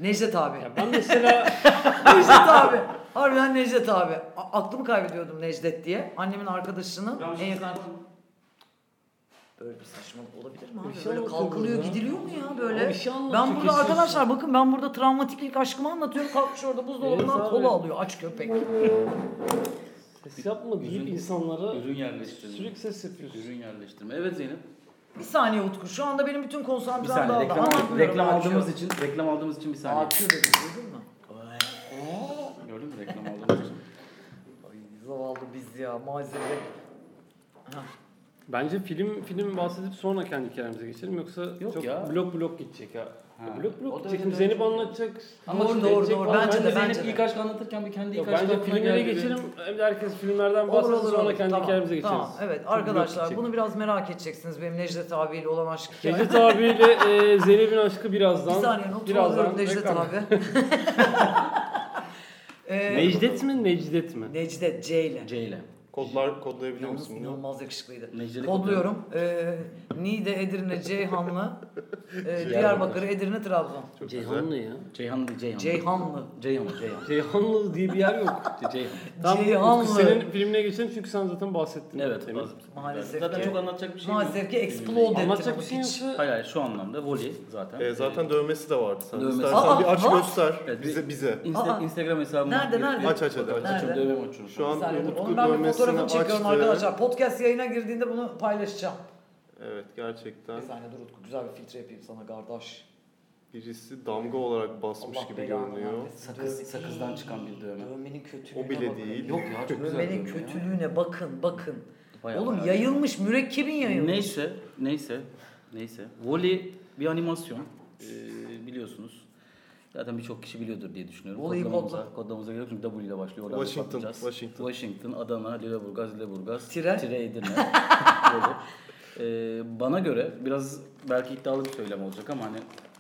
C: Necdet abi.
B: Ya ben mesela
C: Necdet abi. Harbiden Necdet abi. A- aklımı kaybediyordum Necdet diye. Annemin arkadaşının en yakın Böyle bir saçmalık olabilir mi abi?
B: Bir şey
C: böyle
B: anlatıyor
C: kalkılıyor
B: burada.
C: gidiliyor mu ya böyle?
B: Abi bir şey anlatıyor,
C: ben burada
B: kesin.
C: arkadaşlar bakın ben burada travmatik ilk aşkımı anlatıyorum. Kalkmış orada
B: Evet
C: buzdolabından
B: abi.
C: kola alıyor aç köpek.
B: ses yapma deyip
D: Ürün-
B: insanlara
D: Ürün yerleştirme.
B: sürekli ses yapıyorsun.
D: Ürün yerleştirme. Evet Zeynep.
C: bir saniye Utku şu anda benim bütün
D: Bir
C: konsantrem
D: saniye
C: dağıldı.
D: reklam,
C: Anlatmıyorum,
D: reklam
C: açıyor.
D: aldığımız için reklam aldığımız için bir saniye.
C: Açıyor dedim duydun mu?
D: Gördün mü reklam aldığımız için?
C: Ay zavallı biz ya malzeme.
B: Bence film film bahsedip sonra kendi hikayemize geçelim yoksa
D: Yok
B: çok
D: ya.
B: blok blok gidecek ya.
D: Ha.
B: Blok
D: O da
B: blok gidecek.
D: öyle
B: Şimdi
D: de-
B: Zeynep anlatacak.
C: Ama
B: Doğru,
C: şimdi
B: doğru,
C: edecek
B: doğru.
C: falan-
B: Bence
C: de, bence
D: Zeynep
C: de.
D: ilk aşk anlatırken bir kendi ilk
B: Ya
D: aşkı
B: bence
D: aklına
B: filmlere
D: geldi.
B: geçelim. Hem de herkes filmlerden
C: Olur
B: bahsetsin
C: olur
B: sonra
C: olur.
B: kendi
C: Tamam,
B: hikayemize geçeriz.
C: Tamam evet
B: Çok blok
C: arkadaşlar
B: gidecek.
C: bunu biraz merak edeceksiniz benim Necdet abiyle olan aşk hikayem.
B: Necdet abiyle e, Zeynep'in aşkı
C: Bir
B: birazdan.
C: saniye notu
B: birazdan
C: alıyorum Necdet
B: reklam.
C: abi. Ee,
B: Necdet mi Necdet mi?
C: Necdet C ile.
D: C ile.
A: Kodlar kodlayabilir
C: Yalnız
A: misin bunu?
C: inanılmaz yakışıklıydı.
D: Necdet'i
C: Kodluyorum. Ee, Niğde, Edirne, Ceyhanlı, ee, Diyarbakır, Edirne, Trabzon.
A: Çok güzel.
B: Ceyhanlı ya.
D: Ceyhan değil Ceyhan.
C: Ceyhanlı.
D: Ceyhan. Ceyhan.
B: Ceyhanlı diye bir yer yok.
D: Ceyhan.
C: Ceyhanlı.
B: Utku, Senin filmine geçelim çünkü sen zaten bahsettin.
D: Evet.
B: Demin.
C: Maalesef
D: Zaten
C: ki-
D: çok anlatacak bir şey yok.
C: Maalesef ki explode ettim
B: Anlatacak
C: onu
B: bir şey
C: piç.
B: yoksa
D: Hayır hayır şu anlamda voley zaten.
A: Ee, zaten dövmesi de vardı sen.
D: Dövmesi.
A: İstersen
C: Aa,
A: bir aç
C: what?
A: göster
D: Evet, bir-
A: bize bize.
D: Ee, Insta-
C: Aa.
D: Instagram hesabımı.
C: Nerede, nerede?
A: Aç aç hadi aç.
C: Nerede?
D: Açım dövme açıyorum.
A: Şu an
C: Bir saniye dur.
A: Utku
C: Onun ben bir
A: dövmesini
C: fotoğrafını çekiyorum
A: açtı.
C: arkadaşlar. Podcast yayına girdiğinde bunu paylaşacağım.
A: Evet gerçekten.
C: Bir saniye dur Utku. Güzel bir filtre yapayım sana kardeş.
A: Birisi damga olarak basmış
C: Allah
A: gibi
C: belanı
A: görünüyor.
C: versin.
D: Sakız-
C: Dövme-
D: sakızdan çıkan bir dövme.
C: Dövmenin kötülüğüne
A: O bile
C: bakın.
A: değil.
D: Yok ya çok güzel.
C: Dövmenin
D: dövme ya.
C: kötülüğüne bakın bakın.
D: Bayağı
C: Oğlum
D: bayağı.
C: yayılmış mürekkebin yayılmış.
D: Neyse, neyse, neyse. Wall-E bir animasyon Ee, biliyorsunuz. Zaten birçok kişi biliyordur diye düşünüyorum.
C: Wall-E'yi
D: kodlamamıza,
C: kodla.
D: kodlamamıza gerek yok çünkü W ile başlıyor. oradan
A: Washington,
D: patlayacağız.
A: Washington.
D: Washington, Adana, Lüleburgaz, Lüleburgaz,
C: Tire.
D: Edirne. Böyle. Ee, bana göre biraz belki iddialı bir söylem olacak ama hani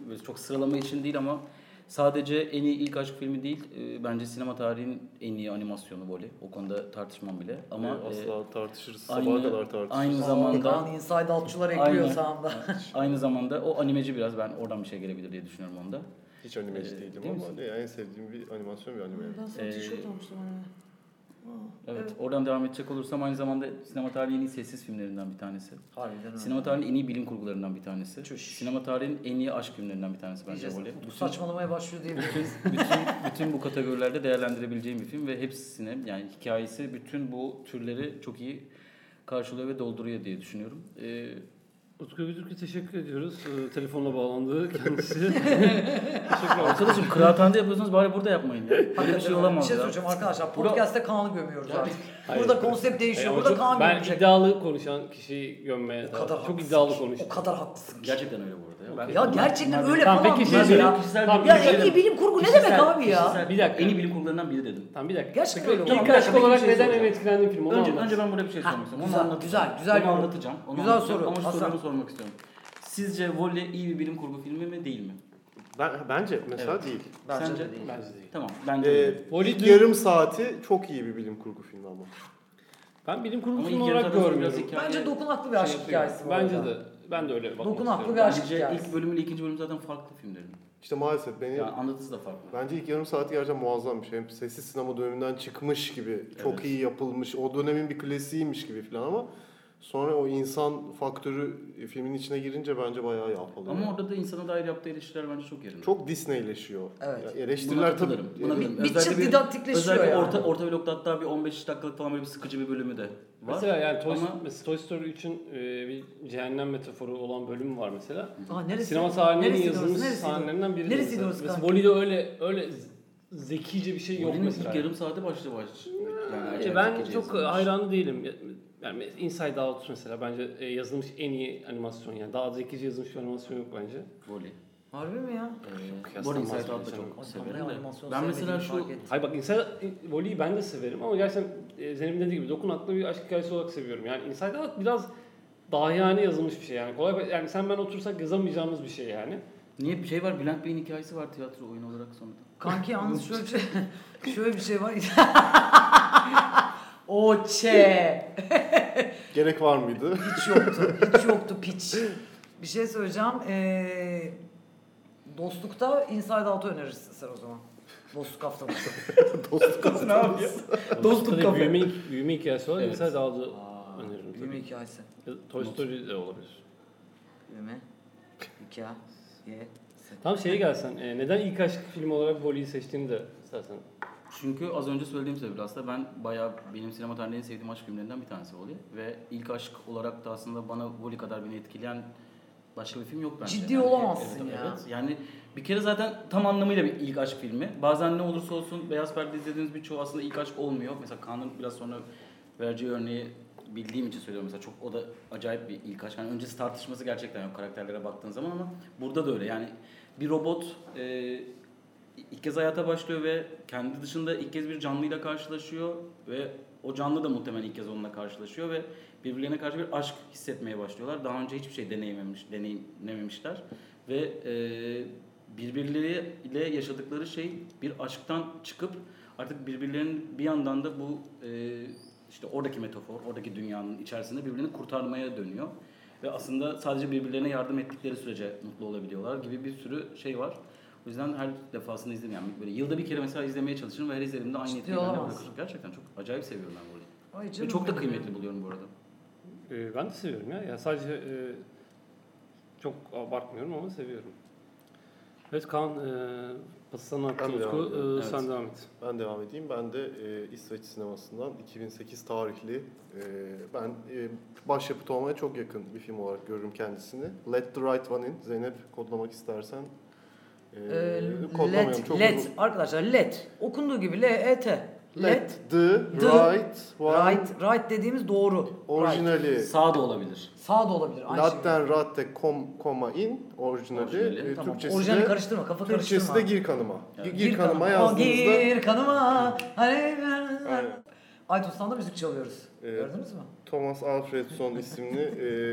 D: böyle çok sıralama için değil ama sadece en iyi ilk aşk filmi değil e, bence sinema tarihinin en iyi animasyonu Wall-E. O konuda tartışmam bile ama
A: Ama
D: e,
A: asla tartışırız. Sabaha
D: aynı-
A: kadar tartışırız.
D: aynı
C: zamanda.
D: zamanda
C: Kaan inside altçılar ekliyor
D: Aynen.
C: sağımda.
D: Aynı zamanda o animeci biraz ben oradan bir şey gelebilir diye düşünüyorum onda.
A: Hiç animeci
D: Ee,
A: değilim ama
D: değil misin?
A: ne, en sevdiğim bir animasyon bir anime.
E: Ondan sonra
D: Ee,
E: tişört olmuştu bana.
D: Evet, oradan devam edecek olursam aynı zamanda sinema tarihinin en iyi sessiz filmlerinden bir tanesi.
C: Harbiden öyle.
D: Sinema tarihinin en iyi bilim kurgularından bir tanesi.
C: Çüş.
D: Sinema tarihinin en iyi aşk filmlerinden bir tanesi bence
C: Diyeceğiz,
D: Vole.
C: Utku
D: Bütün,
C: saçmalamaya başlıyor diyebiliriz.
D: bütün, bütün bu kategorilerde değerlendirebileceğim bir film ve hepsine yani hikayesi bütün bu türleri çok iyi karşılıyor ve dolduruyor diye düşünüyorum. Ee,
B: Utku Güdürk'e teşekkür ediyoruz. Ee, telefonla bağlandı kendisi. Teşekkürler.
D: arkadaşım kıraathanede yapıyorsanız bari burada yapmayın ya. Böyle bir şey
C: Hakikaten
D: olamaz
C: Bir şey
D: ya.
C: söyleyeceğim arkadaşlar.
D: Burada-
C: Podcast'te Kaan'ı gömüyoruz artık.
B: Hayır.
C: Burada konsept değişiyor.
B: Ee, o
C: Şey, Burada
B: çok-
C: Kaan
B: ben
C: gömecek.
B: iddialı konuşan kişiyi gömmeye
C: O kadar
B: çok
C: haklısın
B: iddialı
C: ki.
B: konuştu.
C: O kadar haklısın ki.
D: Gerçekten öyle bu arada. Ben-
C: Ya gerçekten öyle
B: Tamam,
C: falan
B: peki
C: mı
B: şey
C: ya?
B: söyleyeyim.
D: Tamam,
C: Ya
D: bir şey
C: en iyi
D: söyleyeyim.
C: bilim kurgu ne
D: Kişisel-
C: demek abi ya?
D: kişisel-
B: Bir dakika.
D: En iyi bilim kurgularından biri dedim.
B: Tamam bir dakika.
C: Gerçekten öyle
B: İlk
D: oldu.
B: aşk
D: Bir
B: olarak
D: şey
B: neden
D: soracağım.
B: evet etkilendim film onu
D: önce,
B: anlat.
D: önce ben buraya bir şey
C: Ha,
D: sormak istiyorum. Onu
C: güzel,
D: anlatacağım.
C: güzel, güzel
D: Onu
C: yorum.
D: anlatacağım. Onu
C: Güzel
D: anlatacağım.
C: soru.
D: Ama şu
C: Hasan.
D: sorumu sormak istiyorum. Sizce Volley iyi bir bilim kurgu filmi mi değil mi?
A: Ben, bence mesela
D: Evet.
A: değil.
C: Bence
D: Sence?
C: de değil.
B: Bence değil.
D: Tamam. Bence de
A: Ee,
D: değil.
B: Voli
A: ilk
B: dün-
A: yarım saati çok iyi bir bilim kurgu filmi ama.
B: Ben bilim kurgu
D: Ama
B: filmi
D: ilk yarı
B: olarak
D: zaten biraz
B: görmüyorum.
D: hikaye-
C: Bence dokunaklı bir
B: Şey
C: aşk
B: yapıyor.
C: hikayesi bu
B: Bence
C: arada.
B: de. Ben de öyle bakmak
C: Dokunaklı
B: istiyorum.
C: bir aşk
D: Bence
C: hikayesi.
D: ilk bölümüyle ikinci bölüm zaten farklı filmlerin.
A: İşte maalesef beni
D: Yani anlatısı da farklı.
A: Bence ilk yarım saati gerçekten muazzammış. Hem sessiz sinema döneminden çıkmış gibi. Çok
D: Evet.
A: iyi yapılmış. O dönemin bir klasiğiymiş gibi falan ama sonra o insan faktörü filmin içine girince bence bayağı yapılıyor.
D: Ama orada da insana dair yaptığı eleştiriler bence çok yerinde.
A: çok Disneyleşiyor.
C: Evet.
A: Ya
D: Buna
A: eleştiriler tabii. e,
D: katılırım. Buna
A: Yani
D: katılırım.
C: bir
D: Özellikle
C: çıt
D: bir-
C: didaktikleşiyor
D: Özellikle
C: yani.
D: orta, orta vlogda hatta bir 15 dakikalık falan böyle bir sıkıcı bir bölümü de var.
B: Mesela yani Toy,
D: Ama-
B: mesela Toy Story 3'ün e, bir cehennem metaforu olan bölümü var mesela.
C: Aa, neresi?
B: Sinema tarihinin en iyi
C: Neresiydi orası?
B: yazılmış
C: Neresiydi?
B: sahnelerinden biri.
C: Neresiydi
B: mesela.
C: orası
B: Mesela
C: kanka?
B: Voli'de öyle öyle z- zekice bir şey yok
D: Volley'nin
B: mesela.
D: ilk yarım saati başlı başlı. Yani
B: Yani
D: acayip
B: ben
D: zekice
B: çok
D: yazılmış.
B: hayranı değilim. Yani Inside Out mesela bence e, yazılmış en iyi animasyon yani. Daha zekice yazılmış bir animasyon yok bence.
D: Voley.
C: Harbi mi ya?
D: Ee, bu arada
B: kıyaslanmaz
D: Inside Out'la
B: bile
D: çok
C: Ay,
D: severim
C: bana
D: de.
C: animasyon
D: Ben mesela
C: sevmediğimi
D: şu
C: fark ettim.
B: Hayır bak insan voleyi ben de severim ama gerçekten e, Zeynep'in dediği gibi dokunaklı bir aşk hikayesi olarak seviyorum. Yani Inside Out biraz dahiyane yazılmış bir şey yani. Kolay yani sen ben otursak yazamayacağımız bir şey yani.
D: Niye bir şey var? Bülent Bey'in hikayesi var tiyatro oyunu olarak sonunda.
C: Kanki yalnız şöyle bir şey, şöyle bir şey var. o çe.
A: Gerek var mıydı?
C: Hiç yoktu. Hiç yoktu piç. Bir şey söyleyeceğim. Ee, dostlukta Inside Out'u önerirsin sen o zaman. Dostluk haftamız.
A: Dostluk
C: ne yapıyor? Dostluk
B: Tabii
C: kafe.
B: büyüme, büyüme hikayesi olarak
D: Evet.
B: Inside Out'u öneririm.
C: Büyüme
B: tabii.
C: hikayesi.
B: Toy Story de olabilir.
C: Büyüme. Hikaye.
B: Tam şeye gelsen, e, neden ilk aşk filmi olarak voleyi seçtiğini de istersen.
D: Çünkü az önce söylediğim sebeple aslında ben bayağı benim sinema tarihinde en sevdiğim aşk filmlerinden bir tanesi oluyor. Ve ilk aşk olarak da aslında bana Voli kadar beni etkileyen başka bir film yok bence.
C: Ciddi
D: Yani,
C: olamazsın ya.
D: Yani bir kere zaten tam anlamıyla bir ilk aşk filmi. Bazen ne olursa olsun Beyaz Perde izlediğiniz birçoğu aslında ilk aşk olmuyor. Mesela Kaan'ın biraz sonra vereceği örneği bildiğim için söylüyorum mesela çok o da acayip bir ilk aşk. Yani öncesi tartışması gerçekten yok karakterlere baktığın zaman ama burada da öyle. Yani bir robot e, ilk kez hayata başlıyor ve kendi dışında ilk kez bir canlıyla karşılaşıyor ve o canlı da muhtemelen ilk kez onunla karşılaşıyor ve birbirlerine karşı bir aşk hissetmeye başlıyorlar. Daha önce hiçbir şey deneyimlemiş, deneyimlememişler ve e, birbirleriyle yaşadıkları şey bir aşktan çıkıp artık birbirlerinin bir yandan da bu e, işte oradaki metafor, oradaki dünyanın içerisinde birbirini kurtarmaya dönüyor. Ve aslında sadece birbirlerine yardım ettikleri sürece mutlu olabiliyorlar gibi bir sürü şey var. O yüzden her defasında izlerim yani böyle yılda bir kere mesela izlemeye çalışırım ve her izlediğimde aynı
C: Ciddi
D: etkiyi bende
C: olamazsın.
D: bırakır. Gerçekten çok acayip seviyorum ben burayı.
C: Ay
D: Ve
C: canım
D: E, çok da
C: benim ya.
D: kıymetli buluyorum bu arada.
B: E, ben de seviyorum ya. ya sadece e, çok abartmıyorum ama seviyorum. Evet Kaan, e, pası sana attım
A: Ben de
B: Utku.
A: abi,
B: E,
D: evet.
B: Sen devam et.
A: Ben devam edeyim. Ben de e, İsveç sinemasından 2008 tarihli e, ben e, başyapıt olmaya çok yakın bir film olarak görürüm kendisini. Let the Right One In. Zeynep kodlamak istersen
C: Ee,
A: kodlamıyorum,
C: let,
A: E, çok
C: let.
A: uzun.
C: Arkadaşlar let. Okunduğu gibi L, E, T. Let.
A: Let the,
C: the
A: right one
C: Right. Right dediğimiz doğru. Right.
A: orijinali
D: Sağ da olabilir.
C: Sağ da olabilir. Aynı şey.
A: Latten ratte kom, koma in orijinali,
D: Orijinali,
A: e,
C: Tamam.
A: Türkçesi
C: Orijinali
A: de,
C: karıştırma. Kafa
A: Türkçesi
C: karıştırma.
A: de gir kanıma.
D: Yani.
A: Gir, kanıma
C: O
A: yazdığınızda
C: Gir kanıma. Hani...
A: Aynen.
C: Aytun'dan da müzik çalıyoruz.
A: Evet.
C: Gördünüz mü?
A: Thomas Alfredson isimli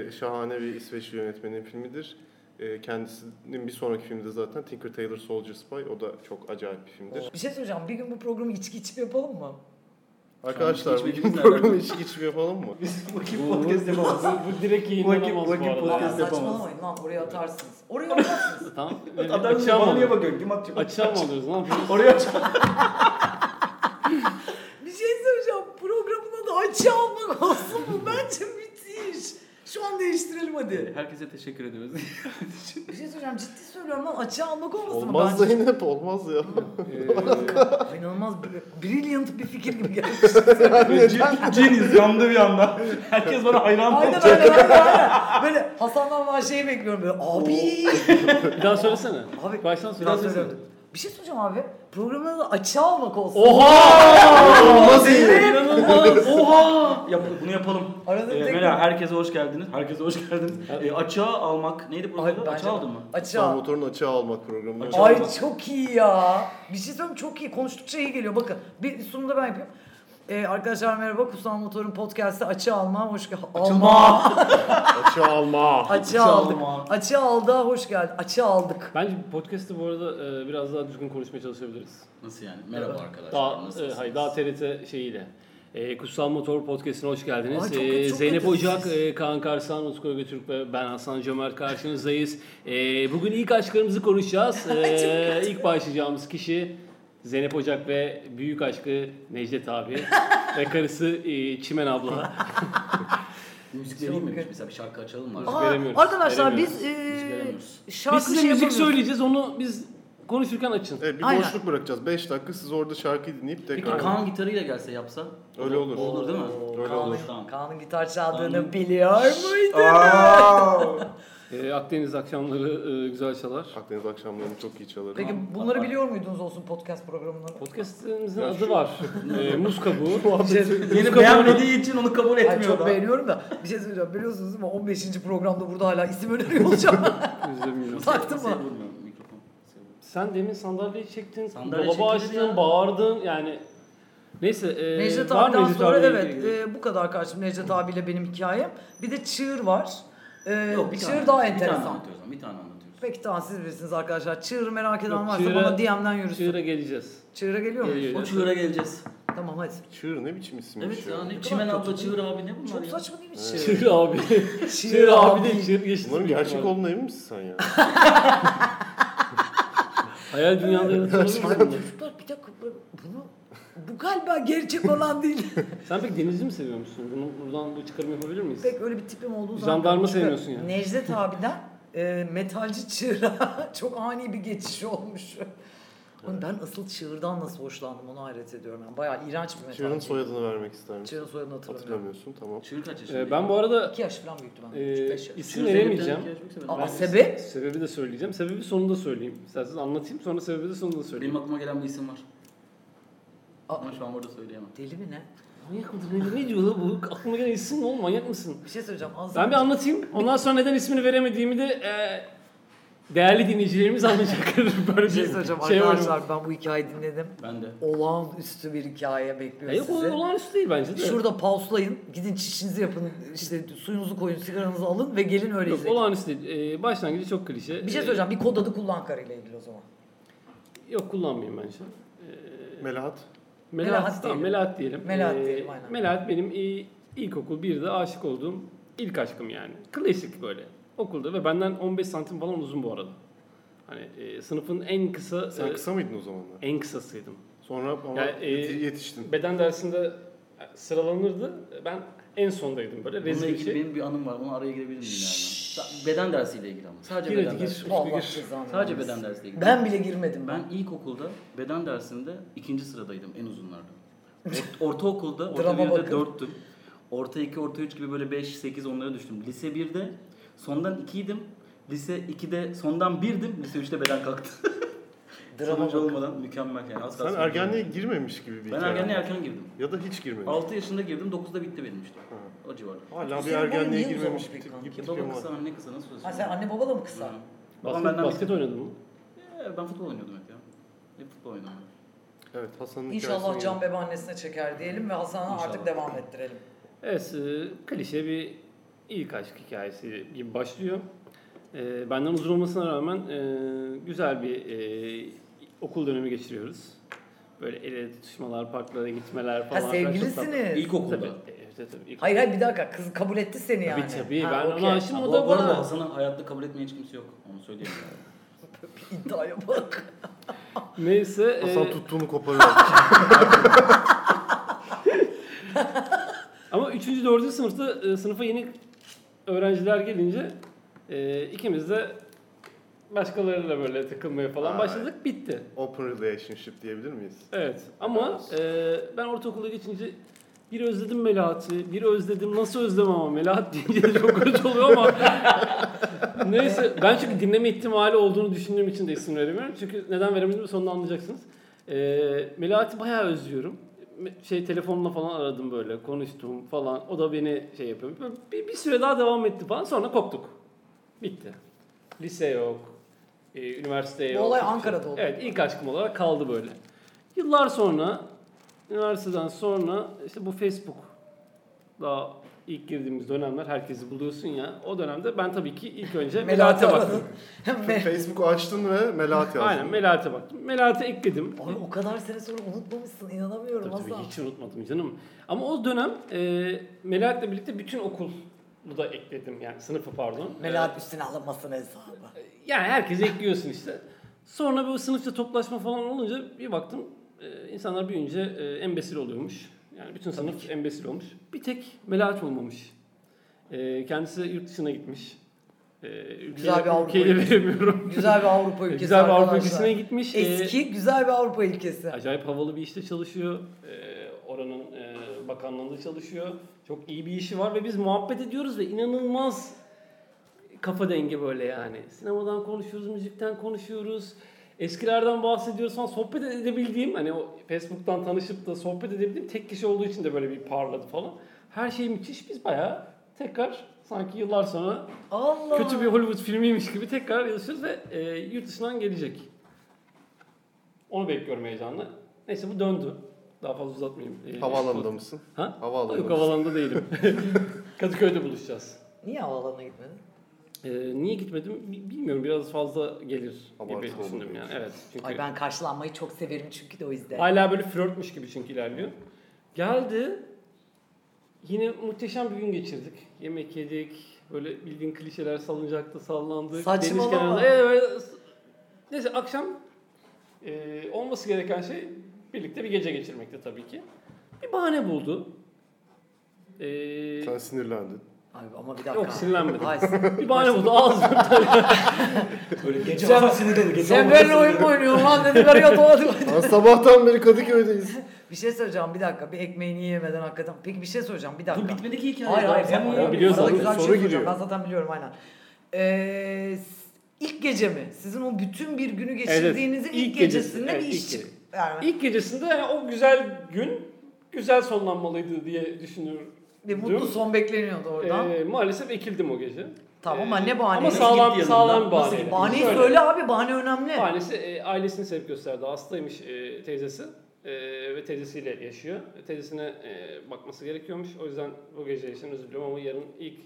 A: e, şahane bir İsveçli yönetmenin filmidir. E, kendisinin bir sonraki filmi de zaten Tinker Tailor Soldier Spy. O da çok acayip bir filmdir.
C: Bir şey söyleyeceğim. Bir gün bu programı içki içip yapalım mı?
A: Arkadaşlar
D: Şu an içki
A: bugün
D: içmediğimiz
A: programı içki içme yapalım mı?
D: Biz
B: Bu, bu, bu direkt yayınlanamaz bu
D: Vakit- vakit
B: arada.
C: Aa,
D: podcast yapamaz.
C: saçmalamayın lan. Oraya atarsınız. Oraya atarsınız.
B: Tamam.
D: Adam
B: Açığa mı
D: bana niye
B: alıyoruz?
D: bakıyorsun? Kim atacak?
B: Açığa mı alıyoruz lan?
D: Oraya aç.
C: bir şey söyleyeceğim. Programına da açı almak olsun mu? Bence müthiş. Şu an değiştirelim hadi.
D: Herkese teşekkür ediyoruz.
C: Bir şey söyleyeceğim. Ciddi söylüyorum lan. Açı almak olmasın mı?
A: Olmaz
C: Bence-
A: Zeynep olmaz ya.
C: İnanılmaz bir- brilliant bir fikir gibi geldi.
D: Ceniz yandı bir anda. Herkes bana hayran
C: aynen
D: olacak.
C: aynen aynen. aynen. Böyle Hasan'dan ben şeyi bekliyorum böyle. Abi.
B: Bir daha söylesene.
C: Abi,
B: Baştan
C: bir
B: söyle.
C: daha söylüyorum. Bir şey söyleyeceğim abi. Programına da açığa almak olsun.
B: Oha!
A: Olmaz
B: Zeynep!
A: Zeynep.
B: İnanılmaz. Oha!
D: Yap, bunu yapalım.
C: Arada
D: Ee,
C: tek-
D: Mela herkese hoş geldiniz. Herkese hoş geldiniz. Ee, açığa almak neydi bu?
C: Ay, bence-
D: Açığa aldın mı?
C: Açığa.
A: Motorun açığa almak programı.
D: Açığa
C: Ay
D: almak.
C: çok iyi ya. Bir şey söyleyeyim mi? çok iyi. Konuştukça iyi geliyor. Bakın bir sunumda ben yapayım. Ee, arkadaşlar merhaba Kutsal Motor'un podcast'ı açığa alma. Hoş geldin. Alma.
A: Açığa alma.
C: Açığa
D: Açığa
C: aldık.
D: alma.
C: Açığa aldı. Hoş geldin. Açığa aldık.
B: Bence podcast'te bu arada e, biraz daha düzgün konuşmaya çalışabiliriz.
D: Nasıl yani? Merhaba arkadaşlar.
B: Daha, e,
D: nasılsınız?
B: hayır, daha TRT şeyiyle. E, Kutsal Motor Podcast'ine hoş geldiniz.
C: Ay, çok
B: E,
C: kötü, çok
B: Zeynep
C: kötü.
B: Ocak, e, Kaan Karsan, Utku Götürk ve ben Hasan Cömert karşınızdayız. E, bugün ilk aşklarımızı konuşacağız. E, ilk başlayacağımız kişi Zeynep Ocak ve büyük aşkı Necdet abi ve karısı e, Çimen abla.
D: Müzik vereyim mi?
C: Çok kötü.
D: Mesela bir şarkı açalım mı?
B: Aa,
D: Abi?
B: veremiyoruz,
C: arkadaşlar
B: veremiyoruz.
C: biz, e,
D: veremiyoruz.
C: şarkı
B: Biz size
C: şey
B: müzik
C: yapamıyoruz.
B: söyleyeceğiz onu biz konuşurken açın.
A: Evet, bir
C: Aynen.
A: boşluk bırakacağız. 5 dakika siz orada şarkıyı dinleyip
D: Peki
A: tekrar.
D: Kaan gitarıyla gelse yapsa?
A: Öyle olur.
D: Olur değil mi?
A: Öyle
C: Kaan'ın-
A: olur.
D: Tamam.
C: Kaan'ın gitar çaldığını biliyor muydun?
D: Aa!
B: E, Akdeniz akşamları e, güzel çalar.
A: Akdeniz akşamlarını çok iyi çalarım.
C: Peki bunları biliyor muydunuz olsun podcast programından?
B: Podcast'imizin
A: Ya
B: adı
A: şu-
B: var. e, Şey, muz kabuğu.
D: Beni beğenmediği için onu kabul
C: Ay,
D: etmiyor
C: çok
D: da.
C: beğeniyorum da bir şey söyleyeceğim biliyorsunuz değil mi 15. programda burada hala isim öneriyor olacağım.
B: Biz de bilmiyoruz.
C: Taktın
D: Kimseye
C: mı?
D: vurmuyorum mikrofon. Kimseye vurmuyorum.
B: Sen demin sandalyeyi çektin,
D: Sandalye
B: dolabı
D: çekildi
B: açtın,
D: ya.
B: bağırdın yani. Neyse. E,
C: Necdet
B: var mı
C: abiden
B: Necdet
C: sonra
B: abiyle
C: evet
B: ilgili?
C: e, bu kadar karşım Necdet abiyle benim hikayem. Bir de Çığır var. E,
D: Yok, bir
C: Çığır
D: tane-
C: daha
D: Bir tane
C: enteresan.
D: anlatıyoruz. ama, Bir tane anlatıyoruz.
C: Peki tamam siz bilirsiniz arkadaşlar. Çığır'ı merak eden
B: Yok,
C: varsa
B: Çığır'a-
C: bana DM'den yürüsün.
B: Çığır'a
C: Çığır'a,
B: geleceğiz.
C: geliyor mu?
B: Geliyor.
D: O çığıra geleceğiz.
C: Tamam hadi.
A: Çığır ne biçim isimmiş
D: Evet
A: ya.
D: ya ne
C: kadar
D: çimen
C: kötü
D: abla
C: değil
D: çığır abi ne bunlar
C: Çok
D: ya?
C: saçma değil mi Çığır?
B: Çığır abi. Çığır abi değil, çığır geçti.
A: Bunların gerçek olduğuna emin misin sen ya?
B: Hayal dünyada yaratılır mı
C: Ay,
B: bunlar?
C: çocuklar bir dakika bunu bu galiba gerçek olan değil.
B: Sen pek denizi mi seviyor musun? Bunu buradan bu çıkarım yapabilir miyiz?
C: Pek öyle bir tipim olduğu zaman.
B: Jandarma sevmiyorsun yani.
C: Necdet abiden e, metalci çığıra çok ani bir geçiş olmuş. Oğlum ben asıl çığırdan nasıl hoşlandım onu hayret ediyorum. Ben. Bayağı iğrenç bir metalci.
A: Çığırın soyadını vermek ister misin?
C: Çığırın soyadını hatırlamıyorum.
A: Hatırlamıyorsun tamam.
D: Çığır kaç yaşında?
B: E, ben bu arada
C: 2 yaş falan büyüktü ben.
B: e,
C: Beş yaş.
B: isim veremeyeceğim.
C: Ama
D: Ben-
C: sebep?
B: Sebebi de söyleyeceğim. Sebebi sonunda söyleyeyim. İsterseniz anlatayım sonra sebebi de sonunda
D: Benim
B: söyleyeyim.
D: aklıma gelen bir isim var.
C: Aa.
D: Ama şu an burada söyleyemem.
C: Deli mi ne?
B: Manyak mıdır? Ne, ne diyor la bu? Aklıma gelen isim ne oğlum? Manyak mısın?
C: Bir şey söyleyeceğim. Az
B: Ben bir anlatayım. Ondan sonra neden ismini veremediğimi de e, değerli dinleyicilerimiz anlayacak. Böyle
C: bir şey söyleyeceğim
B: var.
C: arkadaşlar ben bu hikayeyi dinledim.
D: Ben de.
C: Olağanüstü bir hikaye bekliyor
B: E, yok o
C: sizi.
B: olağanüstü değil bence de.
C: Şurada pauslayın, gidin çişinizi yapın, işte suyunuzu koyun, sigaranızı alın ve gelin öyle
B: Yok
C: izleyin.
B: olağanüstü değil. E, başlangıcı çok klişe.
C: Bir şey söyleyeceğim, bir kod adı kullan karıyla ilgili o zaman.
B: E, yok kullanmayayım bence. Şey,
A: Melahat.
B: E, Melahat,
C: Melahat
B: tamam,
C: diyelim.
B: Melahat diyelim. E,
C: Melahat diyelim, aynen.
B: Melahat benim e, ilkokul 1'de aşık olduğum ilk aşkım yani. Klasik böyle. Okulda ve benden 15 santim falan uzun bu arada. Hani e, sınıfın en kısa,
A: Sen
B: e,
A: kısa mıydın o zamanlar?
B: en kısasıydım.
A: Sonra ama
B: Ya, e,
A: yetiştin.
B: Beden dersinde sıralanırdı. Ben en sondaydım böyle.
D: Bununla
B: Rezil bir
D: ilgili
B: şey.
D: benim bir anım var. Onu araya girebilir miyim yani? Sa- Beden dersiyle ilgili ama. Sadece
B: Gir
D: beden
B: hadi, gir.
D: dersi.
C: Allah cezanı
D: Sadece
C: vermesin.
D: beden dersiyle ilgili.
C: Ben bile girmedim ben.
D: Ben ilkokulda beden dersinde ikinci sıradaydım en uzunlardan. Ort- ortaokulda, orta
C: Drama
D: birde
C: bakın.
D: dörttüm. Orta iki, orta üç gibi böyle beş, sekiz onlara düştüm. Lise birde sondan ikiydim. Lise 2'de sondan birdim. Lise 3'te beden kalktı.
C: Drama
D: Sonucu
C: bak.
D: olmadan mükemmel yani. Az
A: Sen
D: kalsın-
A: ergenliğe girmemiş gibi bir
D: Ben
A: hikaye.
D: ergenliğe erken girdim.
A: Ya da hiç girmemiş.
D: 6 yaşında girdim, 9'da bitti benim işte.
A: Ha.
D: O civarda.
A: Hala bir
C: Senin boyun
A: ergenliğe
C: niye
A: girmemiş
C: uzamış
A: bir
C: kanka?
A: tip- bir tipim
D: Baba kısa,
A: var.
D: anne kısa nasıl söz?
C: Ha sen anne baba da mı kısa?
D: Babam
B: Basket,
D: benden
B: basket oynadın mı?
D: Ee, Ben futbol oynuyordum hep ya. Hep futbol oynuyordum.
A: Evet Hasan'ın
C: İnşallah
A: hikayesini-
C: Can Bebe annesine çeker diyelim ve Hasan'a
D: İnşallah.
C: artık devam ettirelim.
B: Evet, e, klişe bir ilk aşk hikayesi gibi başlıyor. E, benden uzun olmasına rağmen e, güzel bir e, okul dönemi geçiriyoruz. Böyle el ele tutuşmalar, parklara gitmeler
C: Ha
B: falan.
C: sevgilisiniz.
D: İlkokulda.
B: Tabii, evet, evet, tabii. ilk-
C: Hayır hayır bir dakika kız kabul etti seni yani.
B: Tabii tabii.
C: Ha,
B: ben
C: okey.
B: ama şimdi
D: Ha,
B: o
D: bu,
B: da
D: bu arada
B: bana.
D: Hasan'ı hayatta kabul etmeyen hiç kimse yok. Onu söyleyeyim.
C: İddiaya bak.
B: Neyse. e,
C: Ee,
A: Hasan tuttuğunu koparıyor.
B: Ama 3. 4. sınıfta e, sınıfa yeni öğrenciler gelince e, ikimiz de başkalarıyla böyle takılmaya falan
A: Aa,
B: başladık. Bitti.
A: Open relationship diyebilir miyiz?
B: Evet ama e, ben ortaokula geçince bir özledim Melahat'i, bir özledim nasıl özlem ama Melahat deyince çok kötü oluyor ama neyse ben çünkü dinleme ihtimali olduğunu düşündüğüm için de isim veremiyorum. Çünkü neden veremedim sonunu anlayacaksınız. E, Melahat'i bayağı özlüyorum. Me- Şey telefonla falan aradım böyle konuştum falan. O da beni şey yapıyor. Böyle Bir, bir süre daha devam etti falan sonra koptuk. Bitti. Lise yok. e, üniversite yok.
C: olay
B: hiçbir şey
C: Ankara'da
B: yok.
C: oldu.
B: Evet ilk aşkım olarak kaldı böyle. Yıllar sonra üniversiteden sonra işte bu Facebook daha ilk girdiğimiz dönemler herkesi buluyorsun ya. O dönemde ben tabii ki ilk önce Melahat'e baktım.
C: Mel-
A: Facebook açtın ve Melahat yazdın.
B: Aynen Melahat'e baktım. Melahat'e ekledim.
C: Onu o kadar sene sonra unutmamışsın inanamıyorum
B: Tabii, tabii
C: Hasan.
B: hiç unutmadım canım. Ama o dönem e, Melahat'le birlikte bütün okulu da ekledim yani sınıfı pardon.
C: Melahat üstüne alınmasın hesabı.
B: Yani herkese ekliyorsun işte. Sonra böyle sınıfta toplaşma falan olunca bir baktım e, insanlar büyüyünce e, embesil oluyormuş. Yani bütün sınıf embesil olmuş. Bir tek Melahat olmamış. E, Kendisi yurt dışına gitmiş. E, Ülkeyi,
C: Güzel bir Avrupa
B: ülkeyi de
C: ülkesi.
B: veremiyorum.
C: Güzel bir Avrupa ülkesi
B: Güzel bir Avrupa
C: arkadaşlar.
B: ülkesine gitmiş. E,
C: Eski güzel bir Avrupa ülkesi.
B: Acayip havalı bir işte çalışıyor. Ee, oranın e, bakanlığında çalışıyor. Çok iyi bir işi var ve biz muhabbet ediyoruz ve inanılmaz kafa dengi böyle yani. Sinemadan konuşuyoruz, müzikten konuşuyoruz. Eskilerden bahsediyoruz falan sohbet edebildiğim hani o Facebook'tan tanışıp da sohbet edebildiğim tek kişi olduğu için de böyle bir parladı falan. Her şey müthiş. Biz bayağı tekrar sanki yıllar sonra
C: Allah.
B: kötü bir Hollywood filmiymiş gibi tekrar yazışıyoruz ve e, yurt dışından gelecek. Onu bekliyorum heyecanla. Neyse bu döndü. Daha fazla uzatmayayım. E,
A: Havaalanında mısın?
B: Ha?
A: Havaalanında
B: Yok
A: mısın?
B: havaalanında değilim. Kadıköy'de buluşacağız.
C: Niye havalarına gitmedin?
B: E, niye gitmedim bi- bilmiyorum. Biraz fazla gelir
A: Abartı
B: gibi düşündüm
A: oldu.
B: yani. Evet. Çünkü
C: Ay ben karşılanmayı çok severim çünkü de o yüzden.
B: hala böyle flörtmüş gibi çünkü ilerliyor. Geldi. Yine muhteşem bir gün geçirdik. Yemek yedik. Böyle bildiğin klişeler salınacaktı, sallandık.
C: Saçmalama.
B: Deniz kenarında. Ee, böyle- Neyse akşam e, olması gereken şey birlikte bir gece geçirmekti tabii ki. Bir bahane buldu. E,
A: Sen sinirlendin.
C: Ay, ama bir dakika.
B: Yok, sinirlenmedim.
C: Ay, sin-
B: bir bahane buldu. Ağzını
D: Böyle gece
C: Sen-
D: sinirlenir.
C: Sen benimle oyun mu oynuyorsun lan dedi. Arıyor doğdu.
A: Lan sabahtan beri Kadıköy'deyiz.
C: Bir şey soracağım bir dakika. Bir ekmeğini yemeden hakikaten. Peki bir şey soracağım bir dakika.
D: Bu bitmedi ki hikaye.
C: Hayır
D: Daha
C: hayır.
D: sen
C: sen-
D: mi
B: O
D: ya?
B: biliyor
C: Arada
B: zaten.
C: güzel bir
A: Soru
C: şey soracağım,
A: giriyor.
C: Ben zaten biliyorum aynen. Ee, s- ilk gece mi? Sizin o bütün bir günü geçirdiğinizin
B: Evet,
C: ilk,
B: ilk gecesi,
C: gecesinde
B: evet,
C: bir
B: ilk
C: iş
B: gece.
C: çık- Yani
B: İlk gecesinde yani o güzel gün güzel sonlanmalıydı diye düşünüyorum.
C: bir mutlu son bekleniyordu oradan.
B: Ee, maalesef ekildim o gece.
C: tamam
B: Ee,
C: ama ne bahane?
B: Ama
D: Nasıl
B: sağlam,
D: gitti yanından?
B: sağlam bir
D: Nasıl
B: bahane.
D: gitti?
C: Bahaneyi
B: Şöyle,
C: söyle abi bahane önemli.
B: Bahanesi e, ailesini sebep gösterdi. Hastaymış e, teyzesi e, ve teyzesiyle yaşıyor. E, Teyzesine e, bakması gerekiyormuş. O yüzden bu gece için özür diliyorum ama yarın ilk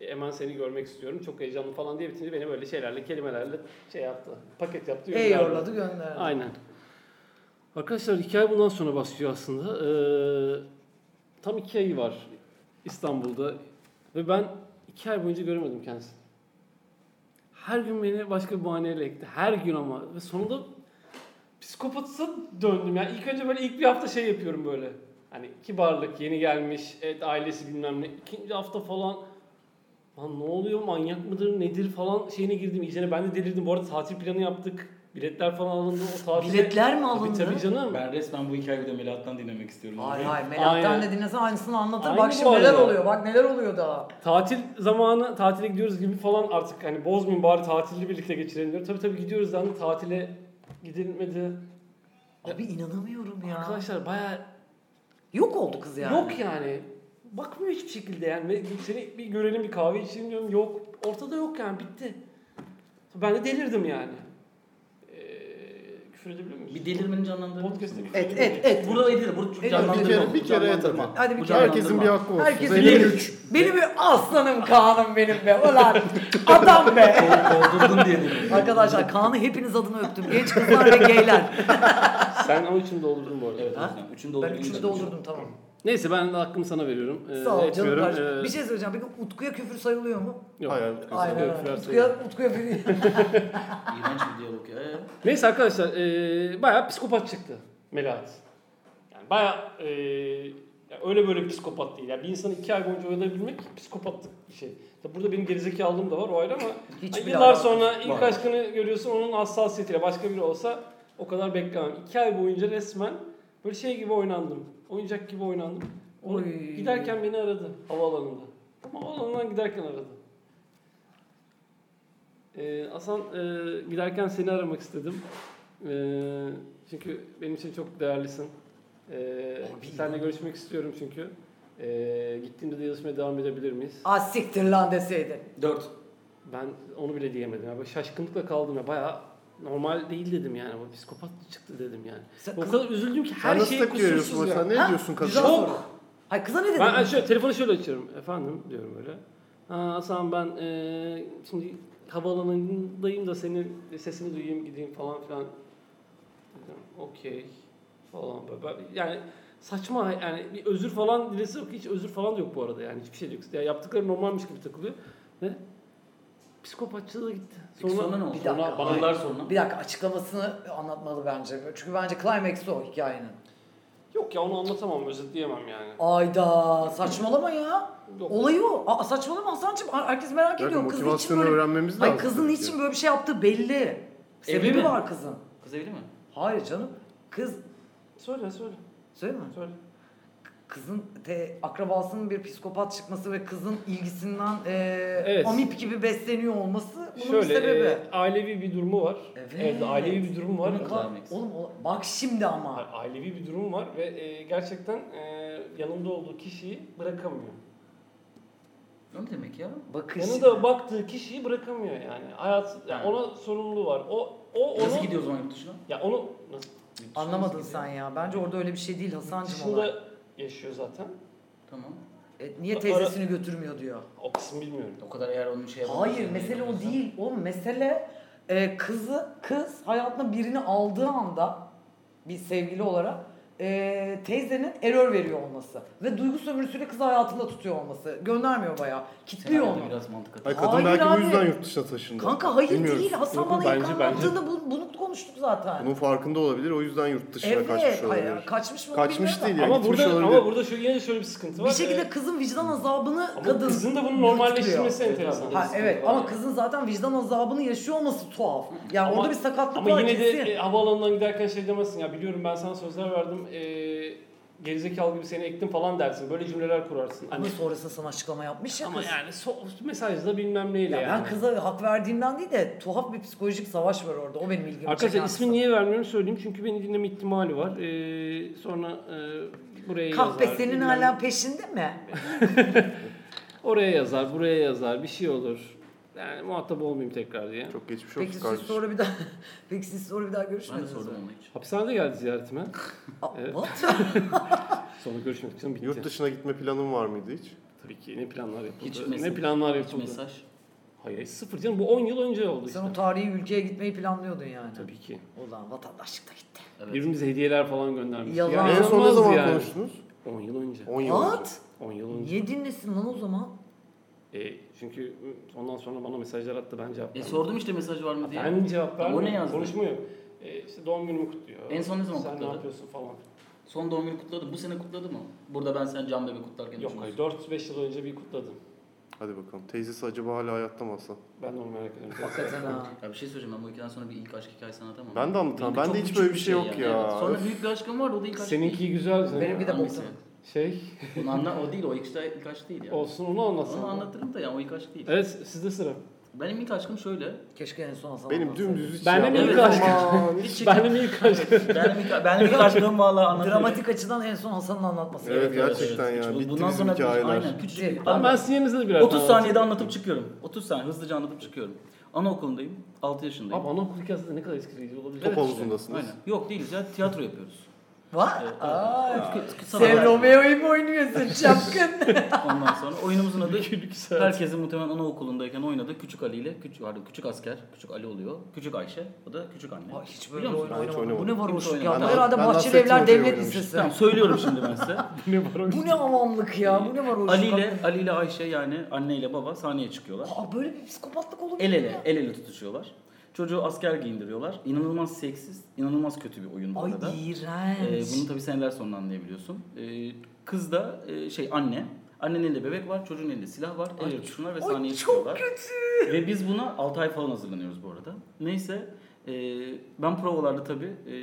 B: e, hemen seni görmek istiyorum. Çok heyecanlı falan diye bitince beni böyle şeylerle, kelimelerle şey yaptı. Paket yaptı.
C: Ey
B: gönderdi.
C: yorladı gönderdi.
B: Aynen. Arkadaşlar hikaye bundan sonra başlıyor aslında. Ee, tam iki ayı var İstanbul'da ve ben iki ay boyunca göremedim kendisini. Her gün beni başka bir bahaneyle ekti. Her gün ama. Ve sonunda psikopatsa döndüm. Yani ilk önce böyle ilk bir hafta şey yapıyorum böyle. Hani kibarlık, yeni gelmiş, evet ailesi bilmem ne. İkinci hafta falan Lan ne oluyor manyak mıdır nedir falan şeyine girdim. İyicene ben de delirdim. Bu arada tatil planı yaptık. Biletler falan alındı. O tatil
C: Biletler mi alındı?
B: Tabii, tabii canım.
D: Ben resmen bu hikayeyi bir de Melahat'tan dinlemek istiyorum.
C: Hayır
D: Yani.
C: hayır Melahat'tan
B: Aynen.
C: da dinlesen aynısını anlatır.
B: Aynı
C: bak
B: bu
C: şimdi neler
B: arada.
C: oluyor bak neler oluyor daha.
B: Tatil zamanı, tatile gidiyoruz gibi falan artık hani bozmayın bari tatili birlikte geçirelim diyorum. Tabii tabii gidiyoruz lan hani tatile gidilmedi.
C: Abi inanamıyorum ya.
B: Arkadaşlar bayağı
C: Yok oldu kız yani.
B: yok yani. Bakmıyor hiçbir şekilde yani. Ve Seni bir görelim bir kahve içelim diyorum. Yok. Ortada yok yani bitti. Ben de delirdim yani. Ee, küfür edebilir miyiz?
D: Bir delirmenin canlandırma.
B: Podcast'te küfür
C: Et
B: edebilim.
C: et et.
D: Burada edilir. Burada
C: Bir
D: canlandırma.
A: kere- bir
D: bu
A: kere et
D: canlandırma.
A: hadi.
C: Hadi bir
D: Bu
C: kere.
A: Herkesin
D: canlandırma.
A: bir hakkı olsun.
C: Herkesin
A: Benim
C: bir-
A: üç.
C: Benim bir aslanım Kaan'ım benim be. Ulan adam be.
D: Doldurdun diye dedim.
C: Arkadaşlar Kaan'ı hepiniz adına öptüm. Genç kızlar ve geyler.
B: Sen o için doldurdun bu arada.
D: Evet.
C: Ha?
D: yani Üçünü
C: Ben
D: doldurdun.
C: üçünü doldurdum tamam.
B: Neyse ben de hakkımı sana veriyorum. Ee,
C: Sağ ol canım
B: etmiyorum.
C: kardeşim.
B: Ee,
C: Bir şey söyleyeceğim. Peki Utku'ya küfür sayılıyor mu?
B: yok.
A: Hayır.
C: Aynen
B: Utku'ya
C: öyle.
B: küfür
C: Utku'ya, Utku'ya küfür
D: İğrenç bir diyalog ya. Ee,
B: Neyse arkadaşlar eee bayağı psikopat çıktı Melahat. Yani bayağı eee, ya öyle böyle bir psikopat değil. Yani bir insanı iki ay boyunca oyalayabilmek psikopatlık bir şey. Tabii burada benim gerizekalılığım da var o ayrı ama
C: Hiç
B: ay,
C: bile
B: yıllar
C: alakası
B: sonra ilk
D: Var.
B: aşkını görüyorsun onun hassasiyetiyle. Başka biri olsa o kadar beklemem. İki ay boyunca resmen böyle şey gibi oynandım. Oyuncak gibi oynandım. Onu
C: Oy.
B: giderken beni aradı havaalanında. Ama havaalanından giderken aradı. Ee, Hasan e, giderken seni aramak istedim. Ee, çünkü benim için çok değerlisin. Ee,
C: Abi.
B: seninle görüşmek istiyorum çünkü. Ee, gittiğimde de yazışmaya devam edebilir miyiz?
C: Ah siktir lan deseydi.
D: Dört.
B: Ben onu bile diyemedim. Ya. Böyle şaşkınlıkla kaldım ya. Bayağı normal değil dedim yani. Bu psikopat çıktı dedim yani.
C: Sen-
B: o kadar üzüldüm ki
A: Sen
B: her
A: nasıl
B: şey
A: tepki veriyorsun
B: kusursuz
A: mesela?
B: ya.
A: Ne
C: Ha?
A: diyorsun
C: Güzel
A: kadın?
C: soru.
B: Çok.
C: Hayır kıza ne dedin?
B: Ben şöyle, telefonu şöyle açıyorum. Efendim diyorum böyle. Ha, Hasan ben e, şimdi havaalanındayım da senin sesini duyayım gideyim falan filan. Dedim okey falan böyle. Ben- Yani saçma yani bir özür falan dilesi yok. Hiç özür falan da yok bu arada yani hiçbir şey de yok. Ya yaptıkları normalmiş gibi takılıyor. Ve psikopatçılığa gitti.
D: Peki sonra ne oldu?
C: Bir dakika.
B: bana-
D: Yıllar sonra.
C: Bir dakika açıklamasını anlatmalı bence. Çünkü bence climax o hikayenin.
B: Yok ya onu anlatamam, özetleyemem yani.
C: Ayda saçmalama ya.
B: Yok.
C: Olayı o. Aa, saçmalama Hasan'cığım. Aa, Herkes merak
A: Yani
C: ediyor. Kız için
A: motivasyonu
C: böyle...
A: öğrenmemiz lazım.
C: Hayır kızın
A: tabii ki.
C: için böyle bir şey yaptığı belli. Sebebi
D: mi?
C: var kızın.
D: Kız evli mi?
C: Hayır canım. Kız
B: Söyle söyle
C: söyleme.
B: söyle.
C: Kızın te, akrabasının bir psikopat çıkması ve kızın ilgisinden e,
B: Evet.
C: amip gibi besleniyor olması bunun bir
B: Şöyle
C: sebebi.
B: e, ailevi bir durumu var.
C: Evet.
B: ailevi bir durum var.
D: Bunun
B: Ka-
D: Climax.
C: Oğlum o- bak şimdi ama.
B: Ailevi bir durum var ve e, gerçekten e, yanında olduğu kişiyi bırakamıyor.
D: O ne demek ya?
C: Bakış.
B: Yanında baktığı kişiyi bırakamıyor yani. Hayat yani
D: Ha.
B: ona sorumluluğu var. O o onu
D: Nasıl gidiyor o zaman yurt dışına?
B: Ya onu nasıl
D: Yurt dışına
C: Anlamadın
D: nasıl gidiyor?
C: sen ya. Bence orada öyle bir şey değil Hasan'cığım olay.
B: dışında yaşıyor zaten.
D: Tamam.
C: E, niye teyzesini götürmüyor diyor.
B: O kısmı bilmiyorum.
D: O kadar eğer onun şey
C: Hayır mesele o değil. Oğlum mesele e, kızı kız hayatına birini aldığı anda bir sevgili olarak e, teyzenin error veriyor olması ve duygu sömürüsüyle kızı hayatında tutuyor olması. Göndermiyor bayağı. Kitliyor onu.
D: Senaryoda biraz mantık
A: Ay
D: atıyor.
A: kadın
C: Hayır
A: belki
C: abi.
A: bu yüzden yurt dışına taşındı.
C: Kanka hayır
A: Bilmiyoruz.
C: değil. Hasan
B: Yok,
C: bana
B: bence-
C: ilk
B: bence.
C: anlattığında bu- bunu konuştuk zaten.
A: Bunun farkında olabilir. O yüzden yurt dışına
C: evet.
A: kaçmış olabilir.
C: hayır, kaçmış mı?
A: Kaçmış
C: bilmiyorum
A: değil
C: da.
A: ya.
B: ama
A: gitmiş
B: burada
A: olabilir.
B: ama burada şu yine şöyle bir sıkıntı var.
C: Bir şekilde
B: E,
C: kızın vicdan azabını
B: ama
C: kadın
B: kızın da bunu
C: yutkuyor.
B: normalleştirmesi
D: Evet,
B: enteresan.
D: abi.
C: Ha evet
D: Var
C: ama
D: ya.
C: kızın zaten vicdan azabını yaşıyor olması tuhaf. Yani
B: Ama-
C: orada bir sakatlık
B: Ama
C: var
B: yine de
C: kesin.
B: e, havaalanından giderken şey demezsin ya biliyorum ben sana sözler verdim e, gerizekalı gibi seni ektim falan dersin. Böyle cümleler kurarsın.
C: Ama
B: Hani,
C: sonrasında sana açıklama yapmış ya
B: ama
C: kız.
B: yani so, mesajda bilmem neyle
C: Ya
B: yani.
C: ben kıza hak verdiğimden değil de tuhaf bir psikolojik savaş var orada. O benim ilgimi
B: Arkadaşlar ismini
C: çeken kısım.
B: niye vermiyorum söyleyeyim çünkü beni dinleme ihtimali var. E, sonra e, buraya
C: Kahpe
B: yazar.
C: senin
B: bilmem-
C: hala peşinde mi?
B: Oraya yazar, buraya yazar, bir şey olur. Yani muhatap olmayayım tekrar diye.
A: Çok geçmiş olsun
C: Peki siz
A: kardeşim.
C: sonra bir daha peki siz sonra bir daha
D: Ben de
C: görüşmediniz mi?
D: sordum onu hiç.
B: Hapishanede geldi ziyaretime.
C: Aa,
B: Evet.
C: what?
B: Sonra görüşmek için bitti.
A: Yurt dışına gitme planın var mıydı hiç?
B: Tabii ki ne planlar yapıldı.
D: Hiç
B: ne
D: mesaj-
B: planlar
D: Hiç
B: yapıldı.
D: mesaj.
B: Hayır sıfır canım bu 10 yıl önce oldu
C: Sen
B: işte.
C: o tarihi ülkeye gitmeyi planlıyordun yani.
B: Tabii ki.
C: Ulan vatandaşlık da gitti.
D: Evet.
B: Birbirimize hediyeler falan göndermiş.
C: Yalan.
B: Yani
A: en son ne
B: inanılmaz
A: zaman
B: yani.
A: konuştunuz?
B: 10 yıl önce.
A: 10 yıl önce.
C: What?
B: 10 yıl önce.
C: Niye dinlesin lan o zaman?
B: E, çünkü ondan sonra bana mesajlar attı ben cevap
D: E
B: vermedim.
D: sordum işte mesaj var mı diye.
B: Ben cevap
D: Ya o ne
B: vermiyorum.
D: yazdı?
B: Konuşma yok. E, işte doğum günümü kutluyor.
D: En son ne zaman
B: Sen ne
D: kutladı?
B: yapıyorsun falan.
D: Son doğum günü kutladı. Bu sene kutladı mı? Burada ben sen cam bebe kutlarken
B: Yok
D: düşünüyorsun.
B: hayır 4-5 yıl önce bir kutladım.
A: Hadi bakalım. Teyzesi acaba hala hayatta mı Hasan?
B: Ben de onu merak ediyorum.
C: Hakikaten ha.
D: Ya bir şey söyleyeceğim ben bu hikayeden sonra bir ilk aşk hikayesi anlatamam.
A: Ben de anlatamam. Ben
D: Benim çok
A: de hiç
D: küçük
A: böyle
D: bir
A: bir şey yok ya.
D: Sonra
A: Öf.
D: büyük bir aşkım vardı o da ilk aşk değil.
B: Seninki güzel canım.
C: Benimki de
B: ya.
C: boktan.
D: Hangisi?
B: Şey
D: Onu anla o değil o ilk aşk, ilk aşk değil ya.
B: olsun onu
D: Onu
B: anlatsana.
D: anlatırım da ya o ilk aşk değil.
B: Evet sizde sıra.
D: Benim ilk aşkım şöyle.
C: Keşke en son sana
A: Benim
C: kalsaydı.
A: dümdüz hiç
B: Benden
A: yapmadım.
B: ilk aşk.
A: Aman, hiç-
D: Hiç
B: Benim ilk aşkım.
D: benim ilk, benim ilk aşkım valla anlatıyor.
C: Dramatik açıdan en son Hasan'ın anlatması
A: Evet,
C: gerekiyor.
A: gerçekten. ya,
D: Hiç-
A: bitti
D: Bundan
A: bizim
D: sonra
A: hikayeler.
D: aynen küçük
C: Bitti.
D: bir-
B: Ama ben sizin yerinizde biraz
D: 30
B: anlatayım.
D: saniyede anlatıp çıkıyorum. 30 saniye hızlıca anlatıp çıkıyorum. Anaokulundayım. 6 yaşındayım.
B: Abi anaokul hikayesi de ne kadar eskileyici olabilir.
A: Top
B: Evet.
A: havuzundasınız.
D: Aynen. Yok değiliz ya tiyatro yapıyoruz.
C: Vah!
D: Evet,
C: Aa,
D: Kı- kı- kısa
C: Sen
D: haber.
C: Romeo'yu mu oynuyorsun şapkın?
D: Ondan sonra oyunumuzun adı
B: Günlük saat.
D: herkesin muhtemelen anaokulundayken oynadığı Küçük Ali ile küçük, pardon, küçük asker, küçük Ali oluyor. Küçük Ayşe, o da küçük anne.
C: Aa, hiç
D: Biliyor
C: böyle
D: musun?
C: oyun
A: Ben hiç
C: oynamadım. Bu ne
A: oynamadım.
C: varoşluk
D: Kimse
C: ya?
D: oynamadı.
C: Herhalde
A: Ben
C: Bahçeli
A: Nasrettin
C: Evler
A: Hoca'yı
C: Devlet
A: oynamıştım.
C: Lisesi.
D: Tamam söylüyorum şimdi ben size.
B: Bu ne var o?
C: Bu ne avamlık ya? Bu ne varoşluk?
D: Ali ile Ali ile Ayşe yani anne ile baba sahneye çıkıyorlar.
C: Aa, böyle bir psikopatlık olur mu
D: El ele,
C: ya?
D: el ele tutuşuyorlar. Çocuğu asker giyindiriyorlar. İnanılmaz seksiz, inanılmaz kötü bir oyun bu
C: Ay
D: arada. Ee,
C: iğrenç.
D: bunu tabii seneler sonra anlayabiliyorsun. Ee, kız da e, şey anne. Annenin elinde bebek var, çocuğun elinde silah var. El ele tutuşuyorlar ve
C: Ay
D: sahneye
C: çok
D: çıkıyorlar.
C: kötü.
D: Ve biz buna 6 ay falan hazırlanıyoruz bu arada. Neyse e, ben provalarda tabii e,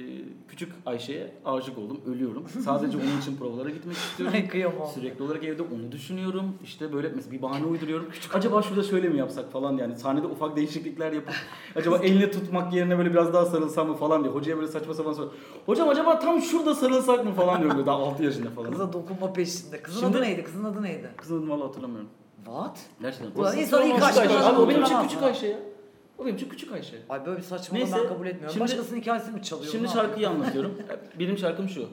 D: küçük Ayşe'ye aşık oldum. Ölüyorum. Sadece onun için provalara gitmek istiyorum.
C: Ay kıyamam.
D: Sürekli olarak evde onu düşünüyorum. İşte böyle mesela bir bahane uyduruyorum. Acaba şurada şöyle mi yapsak falan yani. Sahnede ufak değişiklikler yapıp acaba elini tutmak yerine böyle biraz daha sarılsam mı falan diye. Hocaya böyle saçma sapan soruyorum. Hocam acaba tam şurada sarılsak mı falan diyorum. Böyle daha 6 yaşında falan.
C: Kıza dokunma peşinde. Kızın
D: Şimdi-
C: adı neydi? Kızın adı neydi?
D: Kızın valla hatırlamıyorum.
C: What?
D: Gerçekten.
C: Ulan insan ilk
B: Nasıl
C: aşkına
D: Abi o benim için
C: dokunamaz
D: küçük
C: mı?
D: Ayşe ya. O benim için küçük Ayşe.
C: Ay böyle bir saçmalığı
D: Neyse,
C: ben kabul etmiyorum.
D: şimdi-
C: Başkasının hikayesini mi çalıyor?
D: Şimdi
C: Ne
D: şarkıyı anlatıyorum. Benim şarkım şu.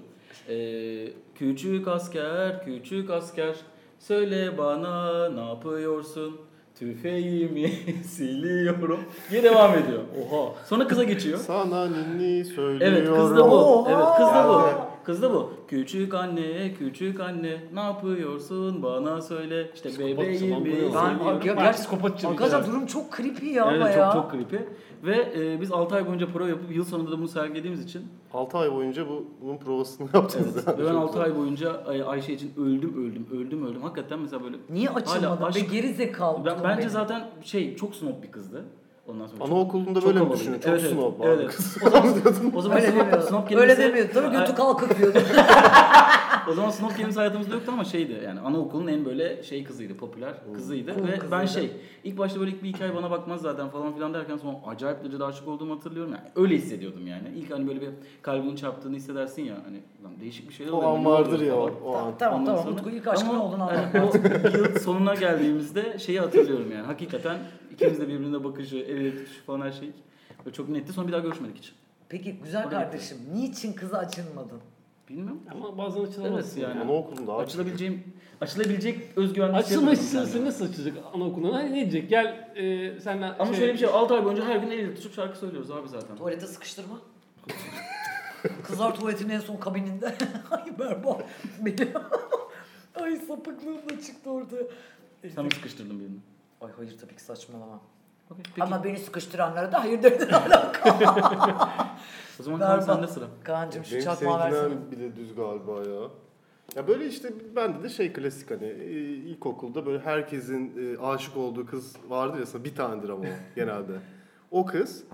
D: Ee, küçük asker, küçük asker söyle bana ne yapıyorsun? Tüfeğimi siliyorum. Diye devam ediyor. Oha. Sonra kıza geçiyor.
A: Sana ninni söylüyorum.
D: Evet kız da bu.
C: Oha.
D: Evet kız da bu.
A: Geldi.
D: Kız da bu. Küçük anne, küçük anne ne yapıyorsun bana söyle. İşte
B: Psikopat
D: bebeğimi
B: zaman bu ya.
C: Ben
D: siliyorum.
C: ya,
B: Ben
C: gerçi
B: psikopatçı bir
C: Arkadaşlar
B: şey.
C: durum çok creepy ya
D: Evet,
C: ama ya.
D: çok çok creepy. Ve e, biz 6 ay boyunca prova yapıp yıl sonunda da bunu sergilediğimiz için
A: 6 ay boyunca bu- bunun provasını yaptınız.
D: Evet.
A: yani.
D: Ve ben
A: Çok
D: 6
A: güzel.
D: ay boyunca Ay- Ayşe için öldüm öldüm öldüm öldüm. Hakikaten mesela böyle
C: Niye açılmadın?
D: aşk-
C: Ve geri zekalı.
D: ben, bence zaten şey çok snob bir kızdı. Ondan sonra çok-
A: Anaokulunda
D: çok
A: böyle mi
D: havalıydı.
A: düşünün? Çok
D: Evet, evet,
A: snob
D: evet.
A: abi kız.
D: O zaman, o zaman
C: Öyle
D: snob,
C: demiyordu.
D: snob kelimesi,
C: Öyle demiyordu. Tabii götü kalkık diyordu.
D: o zaman snob kelimesi hayatımızda yoktu ama şeydi yani anaokulun en böyle şey kızıydı, popüler kızıydı
C: Cool
D: ve
C: kızıydı.
D: ben şey ilk başta böyle ilk bir iki ay bana bakmaz zaten falan filan derken sonra acayip derecede aşık olduğumu hatırlıyorum yani öyle hissediyordum yani. İlk hani böyle bir kalbinin çarptığını hissedersin ya hani lan değişik bir şeyler
A: O
D: oluyor,
A: an
D: ne
A: vardır
D: oluyor
A: ya
D: falan.
A: o an.
C: tamam
D: Ondan
C: tamam.
D: sonra-
C: Utku ilk aşkın
D: Ama,
C: olduğunu
D: yani
C: anladım.
D: o yıl sonuna geldiğimizde şeyi hatırlıyorum yani. Hakikaten ikimiz de birbirine bakışı, el ele tutuşu falan her şey. Böyle çok netti. Sonra bir daha görüşmedik hiç.
C: Peki güzel
D: Oraya
C: kardeşim niçin kıza açılmadın?
D: Bilmiyorum.
B: Ama bazen açılamazsın.
D: Evet yani.
A: Anaokulunda abi.
D: Açılabileceğim, açılabilecek şey özgüvenli
B: Açılma
D: yapmadım
B: istiyorsun
D: kendime.
B: nasıl açılacak anaokuluna? Hani ne diyecek? Gel e, senle
D: Ama şöyle bir şey, 6 ay boyunca her gün el ele tutup şarkı söylüyoruz abi zaten.
C: Tuvalete sıkıştırma. Kızlar tuvaletinin en son kabininde. Ay berbat. Benim... Ay sapıklığım da çıktı orada.
D: Sen mi sıkıştırdın birini?
C: Ay hayır tabii ki saçmalama.
D: Okay, peki.
C: Ama beni sıkıştıranlara da hayır dedin hala.
D: o zaman
C: Berbat.
D: Kaan sende sıra.
C: Kaan'cığım şu
A: Benim
C: çakmağı versene.
A: sevgilim bile düz galiba ya. Ya böyle işte bende de şey klasik hani e, ilkokulda böyle herkesin e, aşık olduğu kız vardır ya aslında bir tanedir ama o genelde. O kız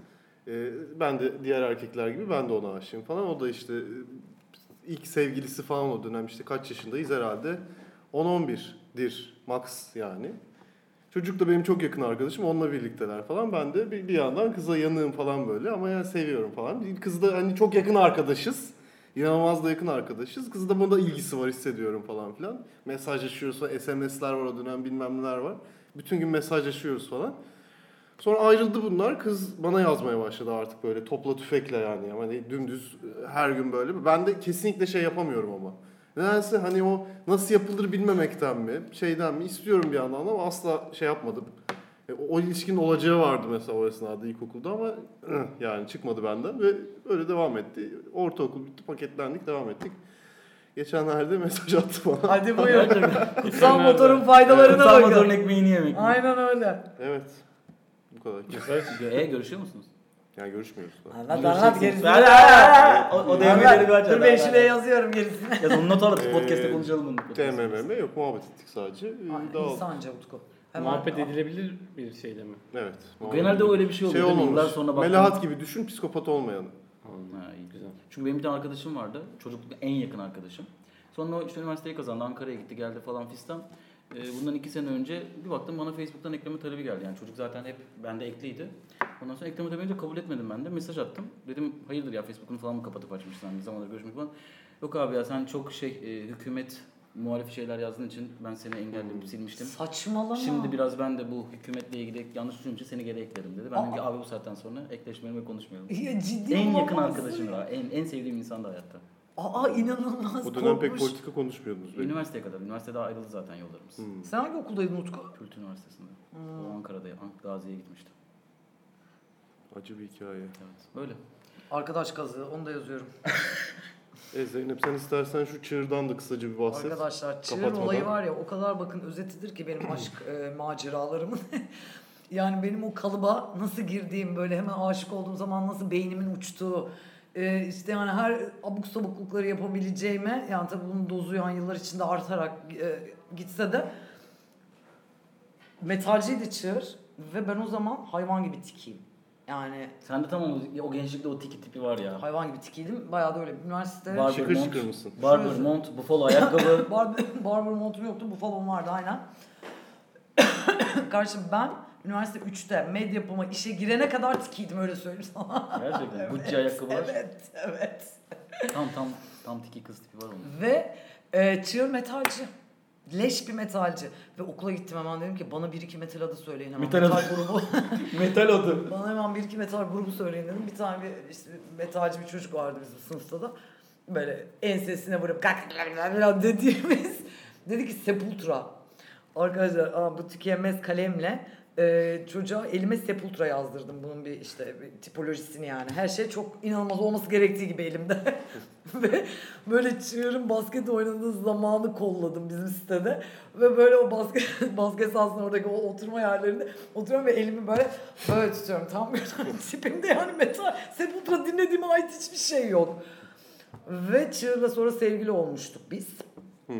A: e, ben de diğer erkekler gibi ben de ona aşığım falan. O da işte e, ilk sevgilisi falan o dönem işte kaç yaşındayız herhalde 10-11'dir max yani. Çocuk da benim çok yakın arkadaşım. Onunla birlikteler falan. Ben de bir, bir yandan kıza yanığım falan böyle ama yani seviyorum falan. Kız da hani çok yakın arkadaşız. İnanılmaz da yakın arkadaşız. Kız da bunda ilgisi var hissediyorum falan filan. Mesajlaşıyoruz falan. SMS'ler var o dönem bilmem neler var. Bütün gün mesajlaşıyoruz falan. Sonra ayrıldı bunlar. Kız bana yazmaya başladı artık böyle topla tüfekle yani. Hani dümdüz e, her gün böyle. Ben de kesinlikle şey yapamıyorum ama. Nedense hani o nasıl yapılır bilmemekten mi, şeyden mi istiyorum bir yandan ama asla şey yapmadım. E, o- O ilişkinin olacağı vardı mesela o esnada ilkokulda ama ıh, yani çıkmadı benden ve öyle devam etti. Ortaokul bitti, paketlendik, devam ettik. Geçenlerde mesaj attı bana.
C: Hadi buyur. Kutsal
B: Nerede?
C: motorun faydalarına
D: Kutsal motorun
C: bakın.
D: ekmeğini yemek. mi?
C: Aynen öyle.
A: Evet. Bu kadar.
D: E görüşüyor musunuz?
A: Yani görüşmüyoruz. Daha.
C: Anlat anlat gerisini.
D: Ver, ver, ver. O, o DM'leri bir
C: Anlat.
D: aç.
C: Dur ben şuraya yazıyorum gerisini.
D: Yaz onu not alalım.
A: Ee,
D: Podcast'te konuşalım bunu.
A: TMMM yok muhabbet ettik sadece. Ee,
C: Ay,
A: Daha...
C: insanca Utku. Hemen-
B: Muhabbet edilebilir bir şeyle mi?
A: Evet. muhabbet
D: Genelde
A: ettik.
D: öyle bir şey oluyor. değil mi?
A: olmamış.
D: Yıllar sonra baktığında-
A: Melahat gibi düşün psikopat olmayanı.
D: Ha, iyi.
B: Güzel.
D: Çünkü benim bir tane arkadaşım vardı. Çocuklukta en yakın arkadaşım. Sonra o işte üniversiteyi kazandı. Ankara'ya gitti geldi falan fistan. Ee, bundan iki sene önce bir baktım bana Facebook'tan ekleme talebi geldi. Yani çocuk zaten hep bende ekliydi. Ondan sonra ekleme talebini de kabul etmedim ben de. Mesaj attım. Dedim hayırdır ya Facebook'unu falan mı kapatıp açmışsın? Hani bir zamandır görüşmek falan. Yok abi ya sen çok şey e, hükümet muhalif şeyler yazdığın için ben seni engelledim, silmiştim.
E: Saçmalama.
D: Şimdi biraz ben de bu hükümetle ilgili yanlış düşünce seni geri ekledim dedi. Ben dedim ki abi bu saatten sonra ekleşmeyelim ve konuşmayalım.
E: ya ciddi
D: En yakın
E: olamazsın
D: arkadaşım
E: ya.
D: daha. En, en sevdiğim insan da hayatta.
E: Aa inanılmaz
A: O dönem pek
E: korkmuş.
A: politika konuşmuyordunuz. belki.
D: Üniversiteye kadar. Üniversitede ayrıldı zaten yollarımız.
A: Hmm.
C: Sen hangi okuldaydın Utku?
D: Kültür Üniversitesi'nde.
C: Hmm.
D: O Ankara'da yapan Gazi'ye gitmişti.
A: Acı bir hikaye.
D: Evet. Böyle.
C: Arkadaş kazı onu da yazıyorum.
A: E Zeynep sen istersen şu çığırdan da kısaca bir bahset.
C: Arkadaşlar çığır
A: Kapatmadan.
C: olayı var ya o kadar bakın özetidir ki benim aşk e, maceralarımın. yani benim o kalıba nasıl girdiğim böyle hemen aşık olduğum zaman nasıl beynimin uçtuğu e, işte yani her abuk sabuklukları yapabileceğime yani tabii bunun dozu yani yıllar içinde artarak e, gitse de metalciydi çığır ve ben o zaman hayvan gibi tikiyim. Yani
D: Sen de tam o, o gençlikte o tiki tipi var ya.
C: hayvan gibi tikiydim. Bayağı da öyle üniversite
D: Barber
A: Şıkır
D: mont,
A: şıkır mısın?
D: Barber mont, buffalo ayakkabı.
C: Barber, barber montum yoktu. Bu falan vardı aynen. Karşı ben üniversite 3'te med yapıma işe girene kadar tikiydim öyle söyleyeyim sana.
D: Gerçekten. Gucci ayakkabılar.
C: evet, evet.
D: Tam tam tam tiki kız tipi var onun.
C: Ve e, çığır metalci. Leş bir metalci. Ve okula gittim hemen dedim ki bana bir iki metal adı söyleyin hemen.
D: Metal adı.
C: grubu.
D: Metal adı.
C: bana hemen bir iki metal grubu söyleyin dedim. Bir tane bir, işte, metalci bir çocuk vardı bizim sınıfta da. Böyle ensesine vurup kalk dediğimiz. Dedi ki Sepultura. Arkadaşlar aa, bu tükenmez kalemle e, çocuğa elime Sepultura yazdırdım. Bunun bir işte bir tipolojisini yani. Her şey çok inanılmaz olması gerektiği gibi elimde. Ve böyle çığırın basket oynadığı zamanı kolladım bizim sitede. Ve böyle o basket, basket sahasının oradaki o oturma yerlerinde oturuyorum ve elimi böyle böyle tutuyorum. Tam bir tipimde yani metal Sepultura dinlediğime ait hiçbir şey yok. Ve çığırla sonra sevgili olmuştuk biz.
A: Hmm.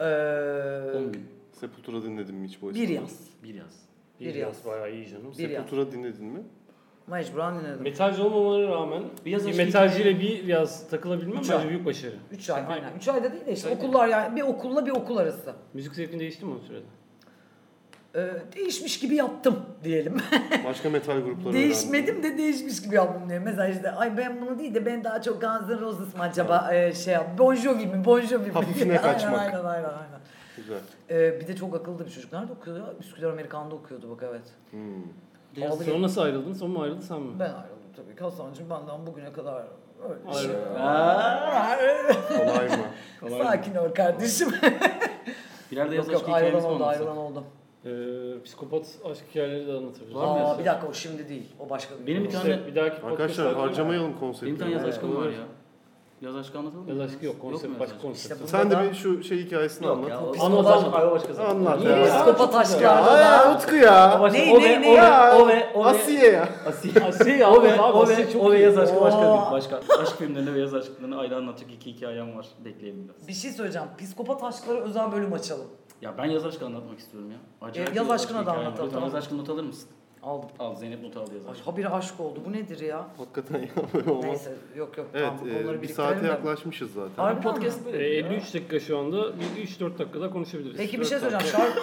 C: Ee,
D: 10 gün.
A: Sepultura dinledin mi hiç bu
C: bir
A: esnada?
C: yaz.
D: Bir yaz.
C: Bir yaz.
B: bayağı iyi canım.
C: Bir yaz.
A: Sepultura dinledin mi?
C: Mecburen dinledim.
B: Metalci olmamalarına rağmen
D: Bir yaz
B: bir
D: aşkı
B: metalciyle bir yaz takılabilmem
C: Üç
B: bence
C: ay.
B: büyük başarı.
C: 3 ay
B: Sen-
C: aynen. 3 ayda değil de işte
B: Aynen.
C: okullar yani bir okulla bir okul arası.
B: Müzik zevkin değişti mi o sürede?
C: Ee, değişmiş gibi yaptım diyelim.
A: Başka metal grupları
C: Değişmedim de değişmiş gibi yaptım diye. Mesela işte ay ben bunu değil de ben daha çok Guns N' Roses mi acaba ee, şey yap. Bon Jovi mi? Bon Jovi mi?
A: Hafifine
C: Aynen,
A: kaçmak.
C: Aynen aynen aynen.
A: öğrendin. Güzel.
C: Ee, bir de çok akıllı bir çocuk. Nerede okuyordu? ya? Üsküdar Amerikan'da okuyordu bak evet.
A: Hmm.
C: Aldı
B: Sonra nasıl ayrıldın? Son mu ayrıldın sen mi?
C: Ben ayrıldım tabii. Hasan'cığım benden bugüne kadar öyle
B: Ayrı-
C: şey.
A: Kolay mı?
B: Kolay mı?
C: Sakin ol kardeşim.
D: Birer de yaz
C: yok
D: aşkı
C: yok
D: hikayemiz
C: ayrılan oldu
D: olmasa.
C: ayrılan oldu.
B: Ee, psikopat aşk hikayeleri de anlatabiliriz.
D: Var mı
C: Aa,
D: yazı?
C: bir dakika o şimdi değil. O başka bir
D: Benim bir
B: İşte
D: tane-
B: bir dahaki
A: Arkadaşlar
B: podcast'larda-
A: harcamayalım
D: Benim bir tane yaz
A: konseptleri.
D: aşkım var ya. Yaz aşkı anlatalım mı?
B: Yaz aşkı yok
D: mu
B: konsept
D: yaz
B: başka
D: aşkı?
B: konsept.
C: İşte bu-
A: Sen de
C: Burada-
A: bir şu şey hikayesini
D: Yok
A: anlat.
D: ya.
A: Ya,
D: o-
B: Anlat
C: Psikopat-
B: anlat. Ay, başka zaten.
A: Anlat
C: Yeni
A: Ya.
C: psikopat aşklarda
A: ay,
C: da.
A: Utku ya.
D: Ama
C: Ne,
D: işte o
C: ne,
D: ve
C: ne?
D: o ve
A: Ya,
D: o ve o ve
A: Asiye ya.
D: Asiye.
B: Asiye ya,
D: o
B: oğlum
D: ve
B: abi,
D: o
B: Asiye
D: ve
B: çok
D: o ve
B: iyi.
D: yaz aşkı başka
C: Oo.
D: değil. Başka aşk filmlerinde ve yaz aşklarını ayrı anlatacak iki hikayem var. Bekleyelim biraz.
C: Bir şey söyleyeceğim. Psikopat aşkları özel bölüm açalım.
D: Ya ben yaz aşkı anlatmak istiyorum ya.
C: E,
D: bir
C: yaz aşkına
D: aşkı
C: da
D: hikayem var.
C: anlatalım,
D: Lütfen
C: tamam.
D: Yaz aşkını not alır mısın?
C: Aldım.
D: Al Zeynep not aldı yaz
C: Ay,
D: aşkı.
C: habire aşk oldu. Bu nedir ya?
A: Hakikaten ya böyle olmaz.
C: Neyse yok yok.
A: Evet
C: tamam, bu
A: e,
C: konuları
A: bir
C: biriktirelim
A: saate
C: de.
A: yaklaşmışız zaten.
C: Harbi podcast.
D: Podcast
B: Ee,
D: böyle.
B: 53 dakika şu anda. Bir 3-4 dakikada konuşabiliriz.
C: Peki bir
A: Dört
C: şey söyleyeceğim. Şarkı...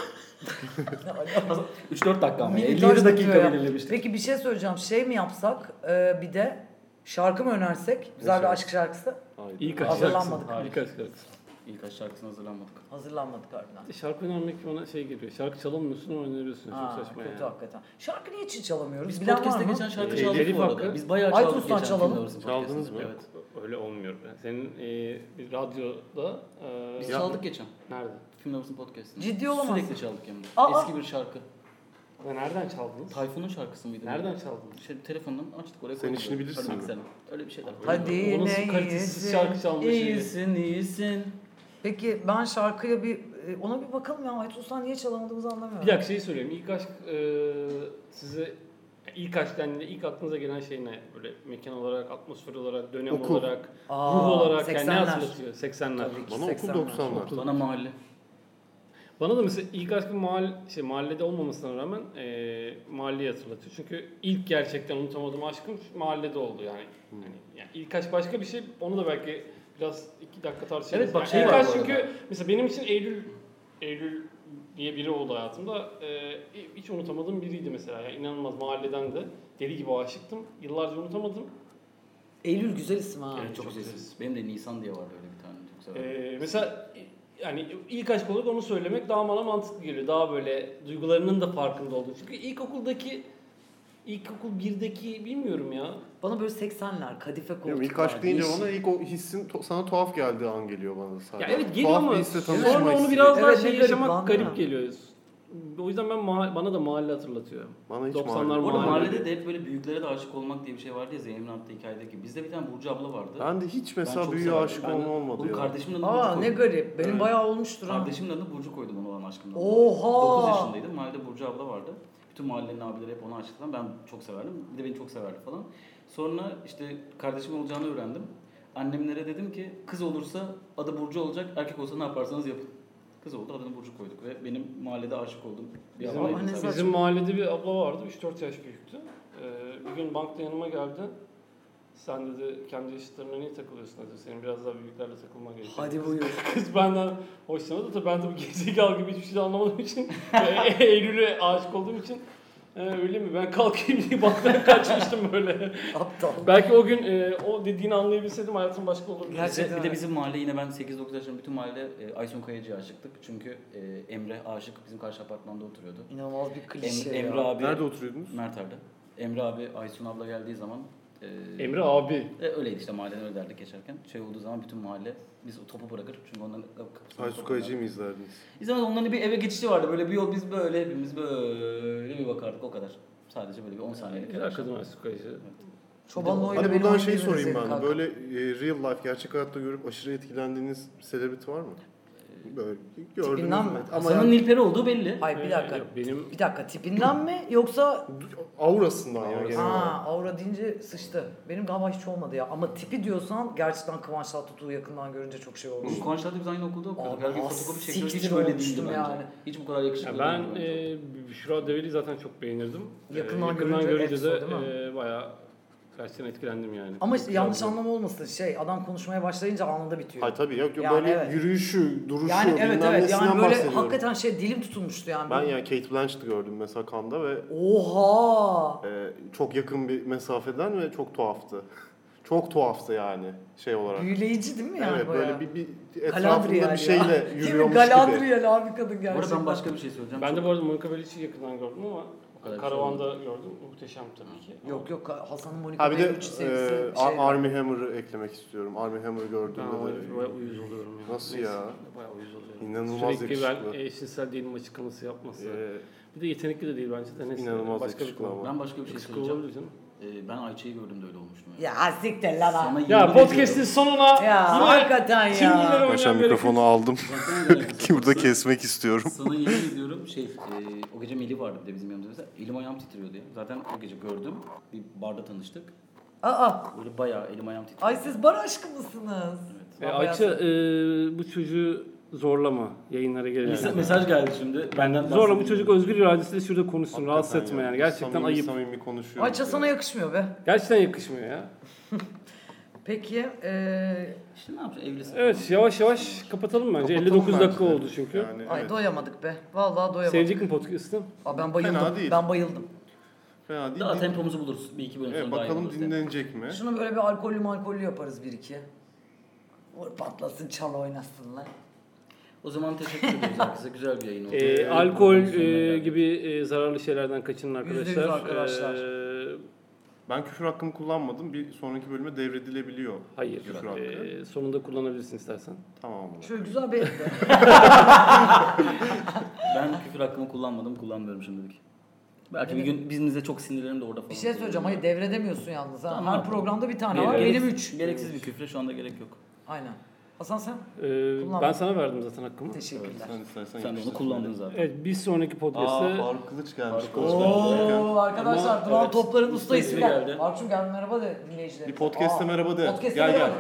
D: 3-4 dakika ama.
C: Mini
D: 50
C: dört diyor
D: dakika
C: ya.
D: belirlemiştik.
C: Peki bir şey söyleyeceğim. Şey mi yapsak? e, bir de şarkı mı önersek? Güzel bir
A: şarkısı?
C: aşk şarkısı.
A: Haydi.
B: İyi kaç şarkısın.
C: şey- Hazırlanmadık.
B: Harika. İyi kaç şarkısın.
D: İlk aşk şarkısına hazırlanmadık.
C: Hazırlanmadık harbiden.
B: Şarkı önermek bana şey geliyor. Şarkı çalamıyorsun ama öneriyorsun.
C: Aa,
B: Çok saçma
C: kötü
B: yani.
C: hakikaten. Şarkı niye için çalamıyoruz?
D: Biz
C: Bilen var
D: podcast'te
C: mı?
D: geçen şarkı
B: Ee,
D: çaldık
B: Elif
D: bu arada.
B: Hakkı.
D: Biz bayağı çaldık
C: iTunes'tan
D: geçen
C: çalalım.
D: Film Lovers'ın
A: Çaldınız
D: podcast'ında.
A: mı?
D: Evet.
B: Öyle olmuyor. Senin e, bir radyoda... E,
D: Biz
A: Ya-
D: çaldık geçen.
B: Nerede?
D: Film Lovers'ın podcast'ında.
C: Ciddi olamazsın.
D: Sürekli çaldık hem de.
C: Aa!
D: Eski bir şarkı.
B: Ya nereden çaldınız?
D: Tayfun'un şarkısı mıydı? bu?
B: Nereden çaldınız?
D: Şey, telefondan açtık oraya
A: Sen
D: koyduk.
A: işini bilirsin
D: Çalmak
A: mi?
D: istemem. Öyle bir şeyler.
C: Hadi
B: O
C: ne
B: nasıl kalitesiz şarkı çalma şeyi?
D: İyisin iyisin.
C: Peki ben şarkıya bir e, ona bir bakalım ya. iTunes'tan niye çalamadığımızı anlamıyorum.
B: Bir dakika şey söyleyeyim. İlk aşk e, size ilk aşk dendiğinde ilk aklınıza gelen şey ne? Böyle mekan olarak, atmosfer olarak, dönem
A: Okul.
B: olarak,
C: Aa,
B: ruh olarak yani ne
C: 80'ler.
B: hatırlatıyor? 80'ler.
C: Tabii ki
A: Bana okul
C: 80'ler.
A: 90'lar.
D: Bana mahalle.
B: Bana da mesela ilk aşkın mahal, şey, mahallede olmamasına rağmen e, mahalleyi hatırlatıyor. Çünkü ilk gerçekten unutamadığım aşkım mahallede oldu yani.
D: Hmm.
B: Hani, yani ilk aşk başka bir şey. Onu da belki biraz iki dakika tartışalım.
D: Evet, bak
B: Yani
D: şey
B: ilk
D: var
B: aşk
D: bu
B: çünkü
D: arada.
B: mesela benim için Eylül Eylül diye biri oldu hayatımda. Ee, hiç unutamadığım biriydi mesela. Yani inanılmaz mahalleden de deli gibi aşıktım. Yıllarca unutamadım.
C: Eylül güzel isim ha.
B: Evet,
D: çok,
B: çok
D: güzel.
B: güzel.
D: Benim de Nisan diye vardı öyle bir tane. Çok severdim.
B: Ee, mesela yani ilk aşk olarak onu söylemek daha bana mantıklı geliyor. Daha böyle duygularının da farkında olduğu. Çünkü ilkokuldaki ilkokul 1'deki bilmiyorum ya.
C: Bana böyle 80'ler kadife koltuk.
A: Bilmiyorum, ilk aşk
C: vardı,
A: deyince
C: yeşil.
A: bana ilk o hissin to- sana tuhaf geldiği an geliyor bana da
B: Ya
A: sadece.
B: evet geliyor
A: tuhaf
B: ama
A: bir hisle tanışma
B: sonra onu
A: hissi.
B: biraz daha
C: Evet,
B: şey
C: ne garip lan,
B: yaşamak
C: ha.
B: garip geliyor. O yüzden ben maha- bana da mahalle hatırlatıyor.
A: Bana hiç
B: 90'lar
A: mahalle-
D: Bu arada
B: mahalle-
D: mahallede de hep böyle büyüklere de aşık olmak diye bir şey vardı ya Zeynep'in anlattığı hikayedeki. Bizde bir tane Burcu abla vardı.
A: Ben de hiç mesela
D: çok
A: büyüye
D: severdim.
A: aşık
D: Ben de-
A: olma olmadı
D: Oğlum
A: ya.
D: Kardeşimin adını Burcu
C: Aa ne
D: koydum.
C: garip. Benim
D: Evet.
C: bayağı olmuştur ha.
D: Kardeşimin adını Burcu koydum ona olan aşkımdan.
C: Oha!
D: 9 yaşındaydım. Mahallede Burcu abla vardı. Bütün mahallenin abileri hep ona aşık falan. Ben çok severdim. Bir de beni çok severdi falan. Sonra işte kardeşim olacağını öğrendim. Annemlere dedim ki kız olursa adı Burcu olacak. Erkek olsa ne yaparsanız yapın. Kız oldu adını Burcu koyduk ve benim mahallede aşık oldum. Bir
B: Bizim,
D: ablaydı
C: annesi
D: mesela.
B: bizim mahallede bir abla vardı. 3-4 yaş büyüktü. Ee, bir gün bankta yanıma geldi. Sen dedi kendi yaşıtlarına niye takılıyorsun dedi. Senin biraz daha büyüklerle takılman gerekiyor.
C: Hadi buyur.
B: Kız benden hoşlanıyordu. Tabii ben tabii gerizekalı gibi hiçbir şey de anlamadığım için e, Eylül'e aşık olduğum için e, öyle mi ben kalkayım diye banktan kaçmıştım böyle.
C: Aptal.
B: Belki o gün e, o dediğini anlayabilseydim hayatım başka olurdu.
C: Gerçekten.
D: Bize- bir
C: öyle.
D: de bizim mahalle yine ben 8-9 yaşlarım bütün mahalle e, Aysun Kayacı'ya aşıktık. Çünkü e, Emre aşık bizim karşı apartmanda oturuyordu.
C: İnanılmaz bir klişe
D: Em,
C: ya.
D: Emre abi
A: Nerede oturuyordunuz?
D: Mert Arda. Emre abi Aysun abla geldiği zaman e,
B: Emre abi.
D: e, öyleydi işte mahalleden öyle derdik geçerken. Şey olduğu zaman bütün mahalle biz o topu bırakır. Çünkü onların kapısını
A: Aysu Kayıcı'yı mı izlerdiniz?
D: İzlemez onların bir eve geçişi vardı. Böyle bir yol biz böyle hepimiz böyle bir bakardık o kadar. Sadece böyle bir 10 saniyelik.
B: Güzel kadın Aysu Kayıcı.
C: Çobanlı oyla
A: Hadi
C: beni
A: buradan
C: oynayın
A: şeyi
C: dedi
A: sorayım
C: Zeynep
A: ben de.
C: kanka.
A: Böyle e, real life, gerçek hayatta görüp aşırı etkilendiğiniz selebriti var mı? Böyle gördünüz mü?
C: Tipinden mi?
A: Ama
D: Hasan'ın
A: yani
D: Nilperi olduğu belli.
C: Hayır bir
B: Ee,
C: dakika.
B: yok, benim-
C: Bir dakika tipinden mi yoksa
A: aurasından yani genel olarak.
C: ha aura deyince sıçtı. Benim galiba hiç olmadı ya. Ama tipi diyorsan gerçekten Kıvanç Tatlıtuğ'u yakından görünce çok şey olmuş.
D: Konşlarda biz aynı okulda okuduk.
C: Abi,
D: Her gün
C: ah,
D: fotokopi çekiyoruz. Hiç
C: siktir
D: böyle değildi
C: olmuştum
D: bence.
C: yani.
D: Hiç bu kadar yakışıklı
B: Ya ben
D: değildi bence.
B: e, Büşra Develi zaten çok beğenirdim. E,
C: Yakından görünce hepsi o,
B: de
C: değil mi?
B: e, bayağı karşısına etkilendim yani.
C: Ama işte
B: Çok
C: yanlış
B: güzel.
C: anlama olmasın şey adam konuşmaya başlayınca anında bitiyor.
A: Hayır tabii yok, yok
C: Yani
A: böyle
C: evet.
A: yürüyüşü, duruşu,
C: yani evet
A: bilmem
C: evet
A: nesinden
C: yani böyle
A: bahsediyorum.
C: hakikaten şey dilim tutulmuştu yani.
A: Ben yani Kate Blanchett gördüm mesela Cannes'da ve
C: Oha!
A: e, çok yakın bir mesafeden ve çok tuhaftı. çok tuhaftı yani şey olarak.
C: Büyüleyici değil mi yani
A: evet
C: bayağı?
A: böyle bir, bir etrafında bir şeyle
C: ya.
A: yürüyormuş
C: Değil mi?
A: gibi.
C: Galadriel abi kadın
D: Bu arada
C: gerçekten.
D: ben başka bir şey söyleyeceğim.
B: Ben
D: Çok-
B: de bu arada Monica Bellucci'yi yakından gördüm ama
D: O kadar bir şey
B: karavanda gördüm. Muhteşem tabii ki.
C: Yok yok Hasan'ın Monica
A: Ha bir de
C: Bellucci sevgisi
A: e,
C: bir şey.
A: Ar- Army Hammer'ı eklemek istiyorum. Army Hammer
B: Ben
A: gördüğümde de
B: o- bayağı uyuz oluyorum ya.
A: Nasıl ya?
B: Bayağı uyuz oluyorum.
A: İnanılmaz
B: Sürekli
A: yakışıklı.
B: ben eşcinsel değilim açıklaması yapması.
A: e,
B: Bir de yetenekli de değil bence de. Neyse,
A: inanılmaz
B: başka bir
A: yakışıklı
B: konu.
A: ama.
D: Ben başka bir şey
B: Yakışıklı
D: söyleyeceğim.
B: olabilir canım.
D: Ee, ben Ayça'yı gördüm de öyle olmuştum. ya.
C: Ya siktir lan ha.
D: Sana
B: Ya
D: yemin
B: podcast'in
D: ediyorum.
B: sonuna
C: Ya
B: yine
C: hakikaten ya.
B: Çingilere oynayan
A: Paşam
B: böyle
A: mikrofonu aldım.
D: Uzaktan gelen
A: Ki burada
D: kız.
A: kesmek istiyorum.
D: Sana yemin ediyorum şey, e, o gece Melih vardı bir de bizim yanımızda mesela. Elim ayağım titriyordu ya. Zaten o gece gördüm. Bir barda tanıştık.
C: Aa,
D: Böyle bayağı elim ayağım titriyordu.
C: ay siz bar aşkı mısınız?
B: E, Ayça e, bu çocuğu zorlama yayınlara gelir.
D: Mes- mesaj geldi şimdi. Benden
B: Zorla bu
D: bahsediyor.
B: çocuk özgür iradesiyle şurada konuşsun. Rahatsız
A: Hakikaten
B: etme
A: ya.
B: yani. Gerçekten
A: Samimi
B: ayıp.
A: Samimi konuşuyor.
C: Ayça sana yakışmıyor be.
B: Gerçekten yakışmıyor ya.
C: Peki e, eee
D: İşte ne yapacağız evlisin.
B: Evet yavaş yavaş kapatalım bence.
A: Kapatalım
B: 59
A: bence
B: dakika
A: de.
B: oldu çünkü.
A: Yani
C: ay
A: evet.
C: doyamadık be. Vallahi doyamadık.
B: Sevecek mi podcast'ı?
C: Aa, ben bayıldım.
A: Fena değil.
C: Ben bayıldım.
A: Fena değil.
D: Daha
A: Din-
D: tempomuzu buluruz. Bir iki bölüm
A: Evet,
D: sonra daha iyi
A: bakalım
D: buluruz. tempo.
A: dinlenecek mi?
C: Şunu böyle bir alkollü malkollü yaparız bir iki. Vur patlasın çal oynasınlar.
D: O zaman teşekkür ediyoruz herkese. Güzel bir yayın oldu.
B: E,
D: Evet,
B: alkol
D: programın Ee, sonuna
B: e,
D: geldik.
B: gibi e, zararlı şeylerden kaçının
C: Yüzde yüz
B: arkadaşlar.
C: arkadaşlar.
B: E,
A: Ben küfür hakkımı kullanmadım. Bir sonraki bölüme devredilebiliyor.
B: hayır.
A: Küfür hakkı.
B: E, sonunda kullanabilirsin istersen.
A: Tamam.
C: Şöyle güzel bir evde.
D: Ben küfür hakkımı kullanmadım. Kullanmıyorum şimdilik. Belki bir gün bizimize çok sinirlerim de orada falan.
C: bir şey söyleyeceğim. Hayır devredemiyorsun yalnız ha.
D: Tamam.
C: Her programda bir tane
D: Gerek-
C: var. Benim
D: gereksiz-
C: üç.
D: Gereksiz bir küfre şu anda gerek yok.
C: Aynen. Hasan sen?
B: E, ben sana verdim zaten hakkımı.
C: Teşekkürler.
A: Sen istersen
D: Sen de onu
A: yapıştır.
D: kullandın zaten.
B: Evet bir sonraki
A: Aa
B: podcast'te
A: Faruk Kılıç gelmiş.
D: Faruk Kılıç
A: Konuşmamız
C: Oo arkadaşlar
D: Ama,
C: duran
D: evet,
C: topların usta
D: usta
C: ismi
D: ismi
C: geldi.
D: geldi.
C: Barçum gel merhaba de dinleyicilerimize.
A: Bir podcast'e
C: Aa,
A: merhaba de.
C: podcast'e
A: Gel, gel.
C: merhaba.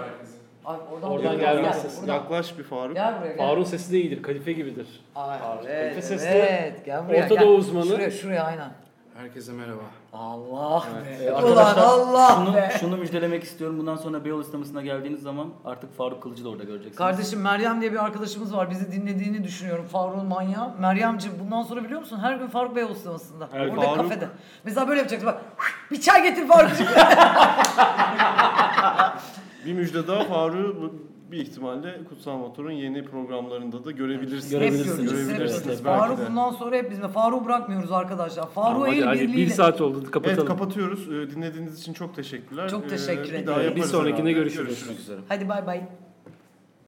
C: Ay, oradan,
B: Oradan
C: gel, gel,
B: gelmez ses.
A: gereken.
C: buradan.
A: Yaklaş bir Faruk.
C: Gel buraya gel.
B: Faruk'un sesi de iyidir. Kadife gibidir.
C: Ay, evet,
B: Nefes sesli.
C: evet. Gel buraya
B: Orta
C: gel.
B: Doğu uzmanı.
C: Şuraya, şuraya aynen.
F: Herkese merhaba.
C: Allah
D: Evet.
C: be.
D: Ee,
C: Ulan
D: arkadaşlar,
C: Allah
D: şunu,
C: Ah be.
D: şunu müjdelemek istiyorum. Bundan sonra Beyoğlu sinemasına geldiğiniz zaman artık Faruk Kılıcı da orada göreceksiniz.
C: Kardeşim Meryem diye bir arkadaşımız var. Bizi dinlediğini düşünüyorum. Faruk'un manyağı. Meryemciğim bundan sonra biliyor musun? Her gün Faruk Bey sinemasında.
B: Her
C: Orada
B: Faruk-
C: kafede. Mesela böyle yapacaksın bak. Bir çay getir Faruk'cum.
A: Bir müjde daha Faruk'u bu- bir ihtimalle Kutsal Motor'un yeni programlarında da görebilirsiniz.
C: Hep
D: Görebilirsiniz.
C: görüyoruz. hep
A: Görebilirsiniz.
C: görüyoruz.
A: Belki
C: Faruk
A: de.
C: bundan sonra hep bizimle. Faruk'u bırakmıyoruz arkadaşlar.
B: Tamam,
C: Faruk'u
B: hadi,
C: el
B: hadi.
C: birliğiyle.
B: Bir saat oldu hadi kapatalım.
A: Evet kapatıyoruz. Ee, Dinlediğiniz için çok teşekkürler.
C: Çok teşekkür
A: ederim.
C: ederim.
B: Bir sonrakinde görüşürüz.
D: Görüşmek üzere.
C: hadi bay bay.